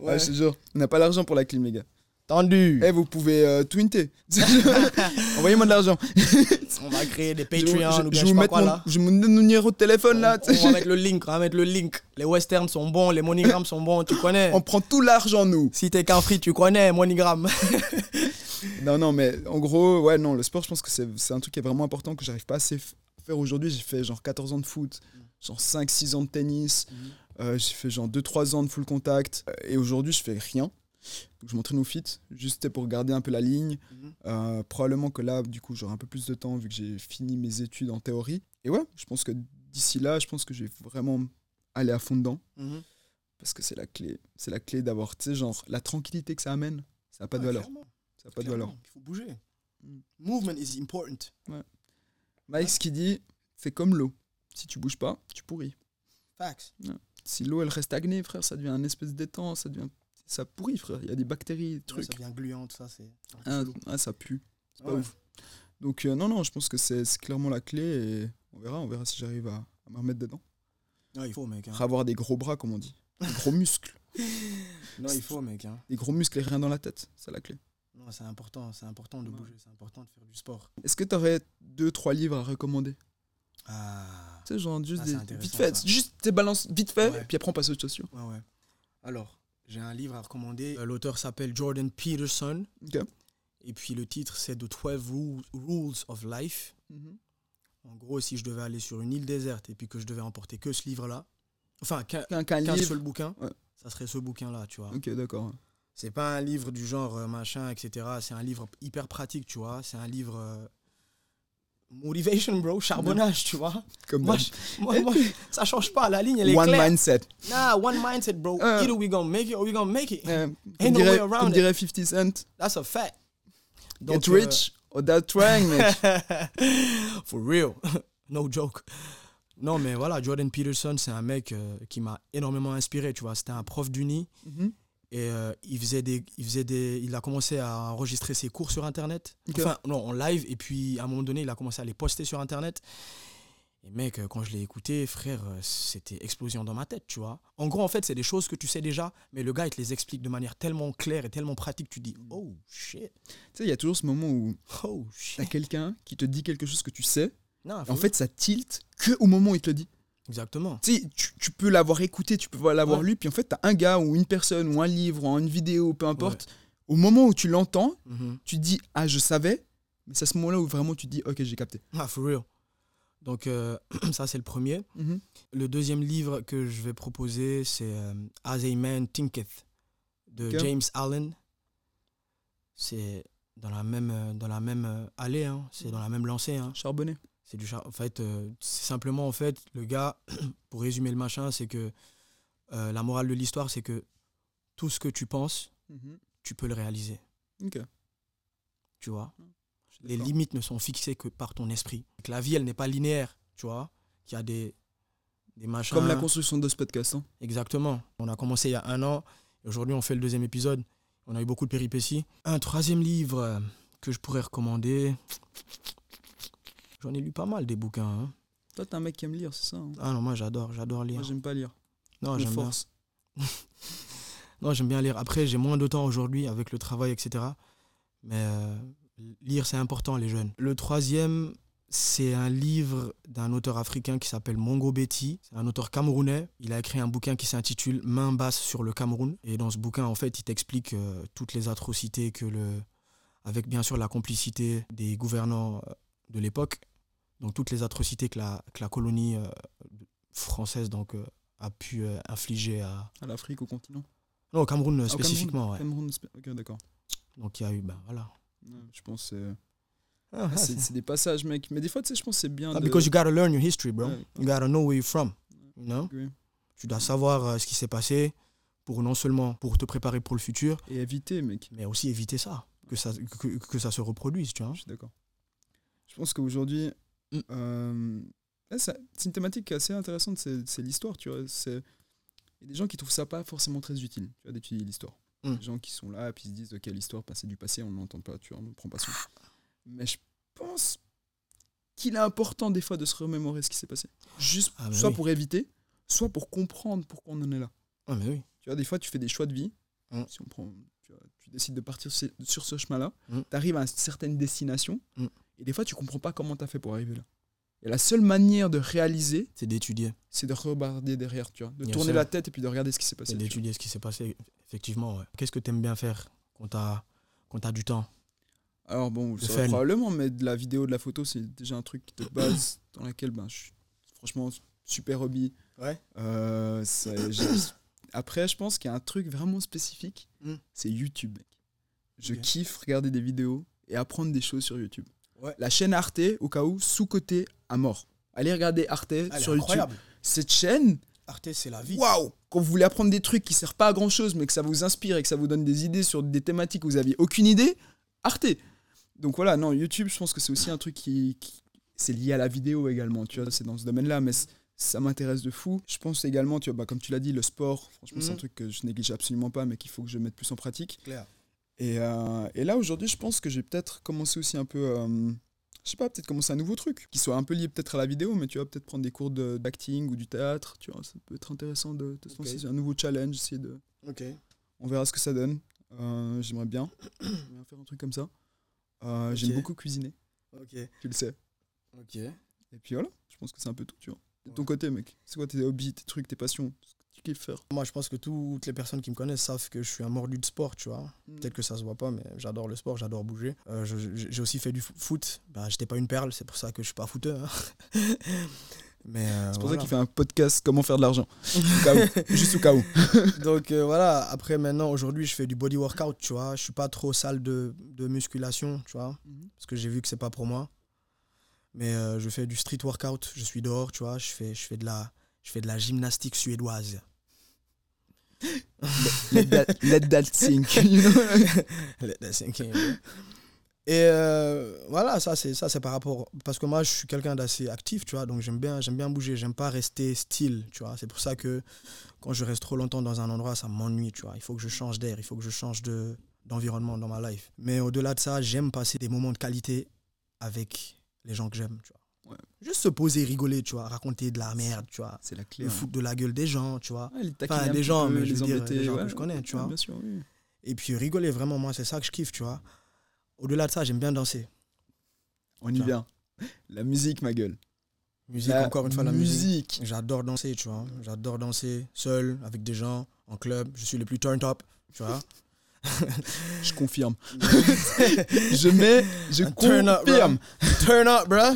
B: Ouais, je te jure, on n'a pas l'argent pour la clim, les gars.
A: Tendu.
B: Eh, vous pouvez euh, twinter. [laughs] Envoyez-moi de l'argent.
A: On va créer des
B: Je-
A: Patreon ou
B: je,
A: bien
B: je
A: je
B: vous
A: sais pas
B: mets
A: quoi,
B: mon,
A: là.
B: je vous donne mon numéro de téléphone là.
A: on, on va mettre le link, on va mettre le link. Les westerns sont bons, les monogrammes sont bons, tu connais.
B: On prend tout l'argent nous.
A: Si t'es qu'un free, tu connais, monigramme.
B: Non non mais en gros ouais non le sport je pense que c'est c'est un truc qui est vraiment important que j'arrive pas assez f- à faire aujourd'hui. J'ai fait genre 14 ans de foot,
A: Mm.
B: genre 5 6 ans de tennis, euh, j'ai fait genre 2 3 ans de full contact euh, et aujourd'hui je fais rien. Donc, je m'entraîne au fit juste pour garder un peu la ligne. Euh, probablement que là du coup j'aurai un peu plus de temps vu que j'ai fini mes études en théorie. Et ouais, je pense que d'ici là, je pense que je vais vraiment aller à fond dedans.
A: Mhm.
B: parce que c'est la clé c'est la clé d'avoir tu sais genre la tranquillité que ça amène ça n'a pas de valeur ça a pas de valeur
A: Il faut bouger.
B: Mm.
A: Movement is important.
B: Mike ce qui dit c'est comme l'eau si tu bouges pas tu pourris
A: Facts.
B: si l'eau elle reste stagnée frère ça devient un espèce d'étang ça devient ça pourrit frère il y a des bactéries des
A: Ouais,
B: trucs
A: Ça devient gluant, tout ça, c'est. c'est
B: Ah,
A: chelou.
B: ah, ça pue c'est pas
A: Ouais.
B: ouf donc euh, non non je pense que c'est c'est clairement la clé et on verra on verra si j'arrive à, à me remettre dedans
A: Non, il faut, mec. hein.
B: avoir des gros bras comme on dit des gros muscles
A: Non, il faut, mec. hein.
B: des gros muscles et rien dans la tête c'est la clé
A: Non, c'est important, c'est important de
B: Ouais.
A: bouger, c'est important de faire du sport.
B: est-ce que tu aurais deux trois livres à recommander
A: Ah.
B: Tu sais, genre, juste
A: Ah, c'est
B: des.
A: intéressant,
B: Vite fait,
A: ça.
B: juste tes balances vite fait,
A: Ouais.
B: et puis après on passe aux autres chaussures.
A: Ouais, ouais. Alors, j'ai un livre à recommander. Euh, L'auteur s'appelle Jordan Peterson.
B: Ok.
A: Et puis le titre, c'est The 12 Rules, Rules of Life. En gros, si je devais aller sur une île déserte et puis que je devais emporter que ce livre-là, enfin, qu'un
B: Qu'un qu'un
A: qu'un
B: livre.
A: seul bouquin,
B: Ouais.
A: ça serait ce bouquin-là, tu vois.
B: Ok, d'accord.
A: C'est pas un livre du genre euh, machin, etc. C'est un livre hyper pratique, tu vois. C'est un livre. euh, Motivation, bro, charbonnage, tu vois.
B: Comme
A: Moi,
B: d'hab.
A: je- moi,
B: [laughs]
A: moi, ça change pas, la ligne, elle est
B: One
A: claire.
B: mindset.
A: Nah, one mindset, bro.
B: Euh.
A: Either we gonna make it or we gonna make it.
B: Euh,
A: no
B: comme dirait,
A: way around
B: comme
A: it.
B: dirait 50 Cent.
A: That's a fact.
B: Get
A: euh,
B: rich or that trying,
A: [laughs]
B: mec.
A: For real. [laughs] No joke. Non, mais voilà, Jordan Peterson, c'est un mec euh, qui m'a énormément inspiré, tu vois. C'était un prof d'uni
B: Mhm.
A: et euh, il, faisait des, il faisait des... Il a commencé à enregistrer ses cours sur Internet.
B: Ok.
A: Enfin, non, en live. Et puis, à un moment donné, il a commencé à les poster sur Internet. Et mec, euh, quand je l'ai écouté, frère, euh, c'était explosion dans ma tête, tu vois. En gros, en fait, c'est des choses que tu sais déjà, mais le gars, il te les explique de manière tellement claire et tellement pratique, tu dis, oh shit,
B: Tu sais, il y a toujours ce moment où
A: oh
B: t'as
A: shit.
B: [laughs] quelqu'un qui te dit quelque chose que tu sais,
A: Non,
B: et en fait ça tilte que au moment où il te le dit.
A: Exactement.
B: Tu sais, tu, tu peux l'avoir écouté, tu peux l'avoir
A: Ouais.
B: lu, puis en fait t'as un gars ou une personne ou un livre ou une vidéo, peu importe. Au moment où tu l'entends,
A: Mhm.
B: tu te dis ah je savais, mais c'est à ce moment-là où vraiment tu te dis ok j'ai capté.
A: Ah, for real. Donc, euh, [clears throat] ça, c'est le premier.
B: Mhm.
A: Le deuxième livre que je vais proposer, c'est euh, As a Man Thinketh de
B: Ok.
A: James Allen. C'est dans la même, euh, dans la même euh, allée, hein. c'est dans la même lancée. hein.
B: Charbonnet.
A: C'est du char- En fait, euh, c'est simplement, en fait, le gars, [clears throat] pour résumer le machin, c'est que euh, la morale de l'histoire, c'est que tout ce que tu penses,
B: Mhm.
A: tu peux le réaliser.
B: Ok.
A: Tu vois
B: Je suis
A: les
B: d'accord.
A: limites ne sont fixées que par ton esprit. Que la vie, elle n'est pas linéaire, tu vois. Qu'il y a des, des machins.
B: Comme la construction de ce podcast. hein.
A: Exactement. On a commencé il y a un an. Aujourd'hui, on fait le deuxième épisode. On a eu beaucoup de péripéties. Un troisième livre euh, que je pourrais recommander. J'en ai lu pas mal des bouquins. hein.
B: Toi, t'es un mec qui aime lire, c'est ça hein
A: Ah non, moi j'adore, j'adore lire.
B: Moi, j'aime pas lire.
A: Non,
B: On
A: j'aime bien.
B: force.
A: Non, j'aime bien lire. Après, j'ai moins de temps aujourd'hui avec le travail, etc. Mais euh, lire, c'est important, les jeunes. Le troisième, c'est un livre d'un auteur africain qui s'appelle Mongo Betty. C'est un auteur camerounais. Il a écrit un bouquin qui s'intitule Main basse sur le Cameroun. Et dans ce bouquin, en fait, il t'explique euh, toutes les atrocités que le. avec bien sûr la complicité des gouvernants euh, de l'époque. Donc toutes les atrocités que la, que la colonie euh, française donc, euh, a pu euh, infliger à,
B: À l'Afrique, au continent.
A: non, au Cameroun euh,
B: Ah, au Cameroun.
A: spécifiquement, ouais.
B: Cameroun, sp- ok, d'accord.
A: Donc il y a eu, ben voilà.
B: Ouais, Je pense que
A: Ah,
B: c'est- c'est des passages, mec. Mais des fois, tu sais, je pense que c'est bien. de-
A: because you gotta learn your history, bro.
B: Ouais.
A: You gotta know where you're from. You know?
B: Oui.
A: Tu dois savoir euh, ce qui s'est passé pour non seulement pour te préparer pour le futur,
B: Et éviter, mec.
A: mais aussi éviter ça, que ça, que, que ça se reproduise, tu vois.
B: Je suis d'accord. Je pense qu'aujourd'hui,
A: Mm.
B: euh, là, ça- c'est une thématique qui est assez intéressante, c'est c'est l'histoire, tu vois. c'est- Il y a des gens qui trouvent ça pas forcément très utile, tu vois, d'étudier l'histoire.
A: Mm.
B: Des gens qui sont là, puis ils se disent, ok, l'histoire, bah, c'est du passé, on l'entend pas, tu vois, on ne prend pas soin. Mais je pense qu'il est important des fois de se remémorer ce qui s'est passé. Juste,
A: Ah, bah
B: soit
A: oui.
B: pour éviter, soit pour comprendre pourquoi on en est là.
A: Ah, mais oui.
B: Tu vois, des fois, tu fais des choix de vie.
A: Mm.
B: Si on prend, tu, vois, tu décides de partir ce- sur ce chemin-là,
A: Mm.
B: tu arrives à une certaine destination,
A: Mm.
B: et des fois, tu comprends pas comment tu as fait pour arriver là. Et la seule manière de réaliser,
A: C'est d'étudier,
B: c'est de regarder derrière, tu vois, de
A: Bien
B: tourner
A: sûr.
B: la tête et puis de regarder ce qui s'est
A: c'est
B: passé. tu vois.
A: d'étudier ce qui s'est passé, effectivement. ouais. Qu'est-ce que tu aimes bien faire quand t'as quand t'as du temps
B: Alors bon,
A: Le
B: ça
A: fun.
B: probablement, mais de la vidéo, de la photo, c'est déjà un truc de base [coughs] dans laquelle ben, je suis franchement super hobby.
A: Ouais.
B: Euh, c'est-
A: [coughs]
B: j'ai- Après, je pense qu'il y a un truc vraiment spécifique,
A: Mm.
B: c'est YouTube. mec. Je
A: Ok.
B: kiffe regarder des vidéos et apprendre des choses sur YouTube.
A: Ouais.
B: La chaîne Arte, au cas où, sous-côté à mort. Allez regarder Arte sur YouTube. Cette chaîne,
A: Arte, c'est la
B: Waouh Quand vous voulez apprendre des trucs qui servent pas à grand chose, mais que ça vous inspire et que ça vous donne des idées sur des thématiques où vous aviez aucune idée, Arte. Donc voilà, non, YouTube, je pense que c'est aussi un truc qui, qui- c'est lié à la vidéo également. Tu vois, c'est dans ce domaine-là, mais c- ça m'intéresse de fou. Je pense également, tu vois, bah, comme tu l'as dit, le sport. Franchement, c'est un
A: Mhm.
B: truc que je néglige absolument pas, mais qu'il faut que je mette plus en pratique.
A: Claire.
B: Et, euh, et là, aujourd'hui, je pense que j'ai peut-être commencé aussi un peu. euh, je sais pas, peut-être commencer un nouveau truc qui soit un peu lié peut-être à la vidéo, mais tu vas peut-être prendre des cours de- d'acting ou du théâtre. Tu vois, ça peut être intéressant de, de se
A: Ok.
B: lancer sur un nouveau challenge. Essayer de,
A: Ok.
B: on verra ce que ça donne. Euh,
A: [coughs]
B: J'aimerais bien. J'aimerais bien faire un truc comme ça. Euh, J'aime
A: Ok.
B: beaucoup cuisiner,
A: Ok.
B: tu le sais.
A: Ok.
B: Et puis voilà, je pense que c'est un peu tout, tu vois. De ton
A: Ouais.
B: côté, mec, c'est quoi tes hobbies, tes trucs, tes passions, ce que tu kiffes faire
A: Moi, je pense que toutes les personnes qui me connaissent savent que je suis un mordu de sport, tu vois. Peut-être que ça se voit pas, mais j'adore le sport, j'adore bouger. Euh, je- je- J'ai aussi fait du fo- foot. Bah, j'étais pas une perle, c'est pour ça que je suis pas footeur. hein. [laughs] mais euh,
B: C'est pour ça
A: voilà.
B: qu'il fait un podcast Comment faire
A: [laughs]
B: de l'argent. Au cas où. Juste au cas où.
A: Donc euh, voilà. Après maintenant, aujourd'hui, je fais du body workout, tu vois. Je suis pas trop salle de, de musculation, tu vois,
B: Mhm.
A: parce que j'ai vu que c'est pas pour moi. Mais euh, je fais du street workout. Je suis dehors, tu vois. Je fais, je fais de la, je fais de la gymnastique suédoise.
B: Let that, let that
A: [laughs]
B: sink. you know.
A: Let that sink in. Et euh, voilà, ça c'est ça c'est par rapport parce que moi je suis quelqu'un d'assez actif, tu vois, donc j'aime bien j'aime bien bouger, j'aime pas rester style, tu vois. C'est pour ça que quand je reste trop longtemps dans un endroit, ça m'ennuie, tu vois. Il faut que je change d'air, il faut que je change de d'environnement dans ma life. Mais au-delà de ça, j'aime passer des moments de qualité avec les gens que j'aime, tu vois.
B: Ouais.
A: Juste se poser, rigoler, tu vois, raconter de la merde, tu vois,
B: C'est la clé.
A: le foutre de la gueule des gens, tu vois.
B: Ah, les taquiner
A: Enfin,
B: un
A: des
B: petit
A: gens,
B: peu,
A: mais je
B: les
A: veux dire, des
B: embêter,
A: gens
B: ouais,
A: que je connais, tu
B: ouais,
A: vois.
B: Bien sûr, oui.
A: Et puis rigoler, vraiment, moi c'est ça que je kiffe, tu vois. Au-delà de ça, j'aime bien danser.
B: On y
A: Tiens.
B: vient. La musique, ma gueule.
A: Musique, encore une fois, la musique.
B: musique.
A: J'adore danser, tu vois. J'adore danser seul, avec des gens, en club. Je suis le plus turn up, tu [laughs] vois.
B: Je confirme. [laughs] je mets, je
A: Un turn up,
B: confirme.
A: turn up, bruh!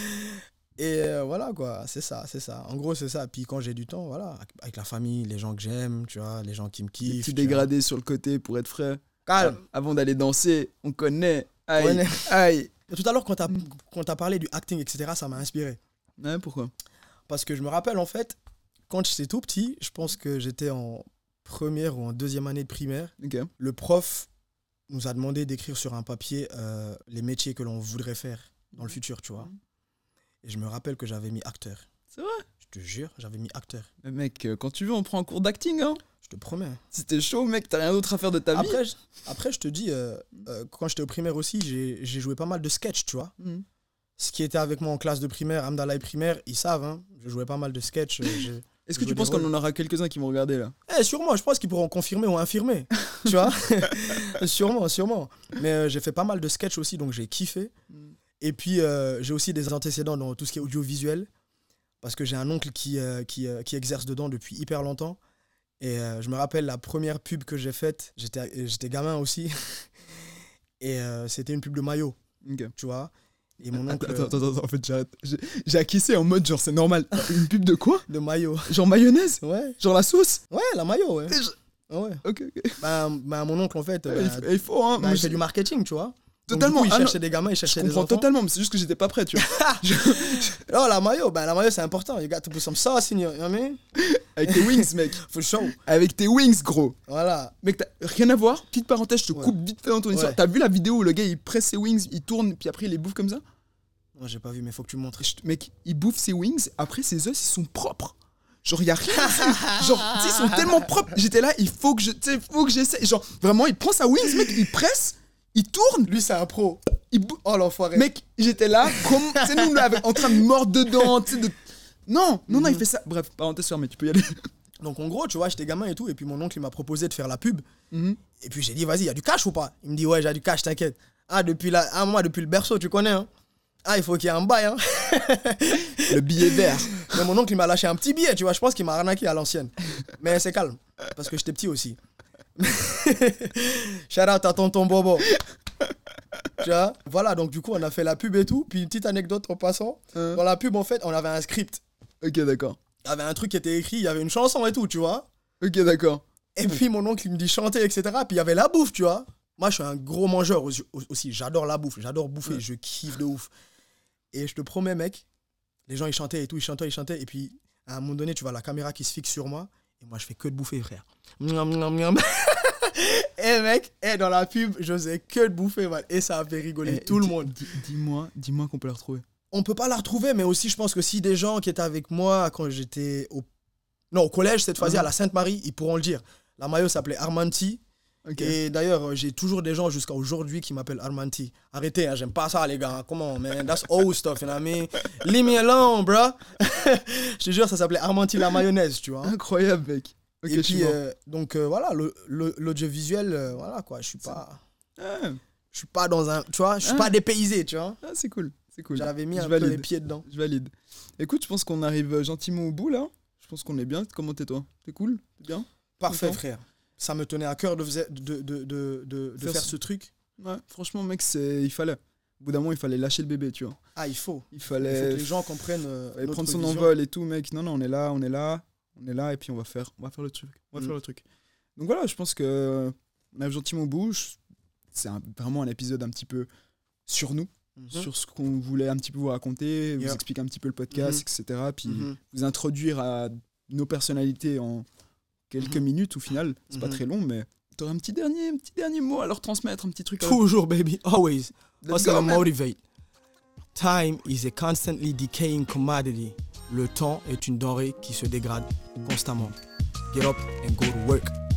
A: [laughs] Et euh, voilà, quoi. C'est ça, c'est ça. En gros, c'est ça. Puis quand j'ai du temps, voilà, avec- avec la famille, les gens que j'aime, tu vois, les gens qui me
B: Des
A: kiffent.
B: petits
A: tu
B: dégradés sur le côté pour être frais.
A: vois. Calme.
B: Avant d'aller danser, on connaît. Aïe,
A: Connaît.
B: aïe.
A: Tout à l'heure, quand t'as quand t'as parlé du acting, etc., ça m'a inspiré.
B: Ouais, pourquoi
A: Parce que je me rappelle, en fait, quand j'étais tout petit, je pense que j'étais en première ou en deuxième année de primaire.
B: Ok.
A: le prof nous a demandé d'écrire sur un papier euh, les métiers que l'on voudrait faire dans le futur, tu vois.
B: Mhm.
A: Et je me rappelle que j'avais mis acteur.
B: C'est vrai
A: Je te jure, j'avais mis acteur.
B: Mais mec, euh, quand tu veux, on prend un cours d'acting. Hein.
A: Je te promets.
B: Si t'es chaud, mec, t'as rien d'autre à faire de ta vie.
A: Après, je, après, je te dis, euh, euh, quand j'étais au primaire aussi, j'ai j'ai joué pas mal de sketch, tu vois.
B: Mhm. [laughs]
A: Ce qui était avec moi en classe de primaire, Amdalaï primaire, ils savent, hein, je jouais pas mal de sketch. euh, je-
B: Est-ce que tu penses qu'on en aura quelques-uns qui vont regarder là
A: Eh, sûrement, je pense qu'ils pourront confirmer ou infirmer. tu
B: [laughs]
A: vois Sûrement, sûrement. Mais euh, j'ai fait pas mal de sketchs aussi, donc j'ai kiffé.
B: Hmm.
A: Et puis, euh, j'ai aussi des antécédents dans tout ce qui est audiovisuel. Parce que j'ai un oncle qui, euh, qui, euh, qui exerce dedans depuis hyper longtemps. Et euh, je me rappelle la première pub que j'ai faite, j'étais j'étais gamin aussi. [laughs] Et euh, c'était une pub de maillot,
B: Ok.
A: tu vois. Et mon oncle.
B: [laughs] Attends, attends, attends, attends, en fait, j'arrête. J'ai- J'ai acquiescé en mode genre, c'est [laughs] normal. Une pub de quoi
A: De maillot. [laughs]
B: Genre mayonnaise
A: Ouais,
B: Genre la sauce
A: ouais, la maillot, ouais. Ah
B: Et je-
A: ouais.
B: Ok, ok.
A: Bah, bah, mon oncle, en fait, bah,
B: il, faut, il faut, hein.
A: bah,
B: Moi,
A: il fait du marketing, tu vois. Donc, du
B: Totalement.
A: coup, il
B: Ah non,
A: cherchait des gamins, il
B: je
A: cherchait des
B: comprends
A: enfants.
B: totalement, mais c'est juste que j'étais pas prêt, tu vois.
A: Oh, la maillot, bah, la maillot, c'est important. You got to put some sauce in your, you know what I mean?
B: Avec tes wings, mec.
A: For sure.
B: Avec tes wings, gros.
A: Voilà.
B: Mec, t'as rien à voir. Petite parenthèse, je te
A: Ouais.
B: coupe vite fait dans ton
A: Ouais.
B: histoire. T'as vu la vidéo où le gars il presse ses wings, il tourne, puis après il les bouffe comme ça
A: Non, j'ai pas vu, mais faut que tu me montres.
B: Je te- Mec, il bouffe ses wings, après ses os ils sont propres. Genre, y a
A: [laughs]
B: rien dessus. Genre, tu sais, ils sont tellement propres. J'étais là, il faut que je. Tu sais, faut que j'essaie. Genre, vraiment, il prend sa wings, mec, il presse, il tourne,
A: Lui, c'est un pro.
B: il bou-
A: Oh, l'enfoiré.
B: Mec, j'étais là, comme. Tu sais, nous, là, avec- en train de mordre dedans, tu sais, de. Non, non, non, il fait ça. Bref, parenthèse fermée, tu peux
A: [laughs]
B: y aller.
A: Donc en gros, tu vois, j'étais gamin et tout, et puis mon oncle il m'a proposé de faire la pub.
B: Mhm.
A: Et puis j'ai dit, vas-y, il y a du cash ou pas Il me dit, ouais, j'ai du cash, t'inquiète. Ah, depuis la... ah, moi, depuis le berceau, tu connais, hein Ah, il faut qu'il y ait un bail, hein
B: [laughs] Le billet vert.
A: Mais mon oncle il m'a lâché un petit billet, tu vois, je pense qu'il m'a arnaqué à l'ancienne. Mais c'est calme, parce que j'étais petit aussi. [laughs] Shout out à tonton Bobo. Tu vois Voilà, donc du coup, on a fait la pub et tout. Puis une petite anecdote en passant.
B: Hein
A: Dans la pub, en fait, on avait un script.
B: Ok, d'accord.
A: Il y avait un truc qui était écrit, il y avait une chanson et tout, tu vois
B: Ok, d'accord.
A: Et puis mon oncle il me dit chanter, etc. Puis il y avait la bouffe, tu vois. Moi je suis un gros mangeur aussi, aussi. j'adore la bouffe, j'adore bouffer,
B: Ouais.
A: je kiffe de ouf. Et je te promets, mec, les gens ils chantaient et tout, ils chantaient, ils chantaient. Et puis à un moment donné, tu vois la caméra qui se fixe sur moi, et moi je fais que de bouffer, frère. Miam, miam, miam. [laughs] et mec, et dans la pub, je faisais que de bouffer, man. Et ça a fait rigoler
B: Eh,
A: tout le
B: di-
A: monde.
B: di- Dis-moi, dis-moi qu'on peut la retrouver.
A: On peut pas la retrouver, mais aussi je pense que si des gens qui étaient avec moi quand j'étais au. Non, au collège, cette fois-ci,
B: Mhm.
A: à la Sainte-Marie, ils pourront le dire. La maillot s'appelait Armanti.
B: Ok.
A: Et d'ailleurs, euh, j'ai toujours des gens jusqu'à aujourd'hui qui m'appellent Armanti. Arrêtez, hein, j'aime pas ça, les gars. Comment, man? That's old stuff, you know what I mean? Leave me alone, bro. [laughs] je te jure, ça s'appelait Armanti la mayonnaise, tu vois.
B: [laughs] Incroyable, mec. Ok,
A: Et
B: je suis
A: puis,
B: mort.
A: euh, donc euh, voilà, le- le- l'audiovisuel, euh, voilà quoi, je suis pas.
B: Ah,
A: Je suis pas dans un. Tu vois, je suis
B: Ah.
A: pas dépaysé, tu vois.
B: ah, c'est cool, c'est cool.
A: J'avais mis
B: Je
A: un peu
B: valide.
A: les pieds dedans.
B: Je valide. Écoute, je pense qu'on arrive euh, gentiment au bout là. Je pense qu'on est bien. Comment t'es toi T'es cool T'es bien
A: Parfait,
B: Content.
A: frère. Ça me tenait à cœur de, faisais- de, de, de, de- de
B: Faire
A: faire
B: ce-
A: ce truc.
B: Ouais. Franchement, mec, c'est il fallait. Au bout d'un moment, il fallait lâcher le bébé, tu vois.
A: Ah, il faut.
B: Il
A: Il faut que
B: fallait
A: les gens comprennent. euh,
B: fallait
A: notre
B: prendre son
A: vision.
B: envol et tout, mec. Non, non, on est là, on est là, on est là, et puis on va faire, on va faire le truc. On va
A: Mm.
B: faire le truc. Donc voilà, je pense que on arrive gentiment au bout. Je- C'est un- vraiment un épisode un petit peu sur nous,
A: Mhm.
B: sur ce qu'on voulait un petit peu vous raconter, vous
A: Yeah.
B: expliquer un petit peu le podcast, etc. Puis
A: Mhm.
B: vous introduire à nos personnalités en quelques
A: Mhm.
B: minutes au final. C'est pas
A: Mhm.
B: très long, mais t'aurais un petit dernier, un petit dernier mot à leur transmettre, un petit truc. à leur-
A: Toujours, baby, always. Parce
B: Let's
A: que
B: go,
A: le
B: man.
A: motivate. Time is a constantly decaying commodity. Le temps est une denrée qui se dégrade constamment. Get up and go to work.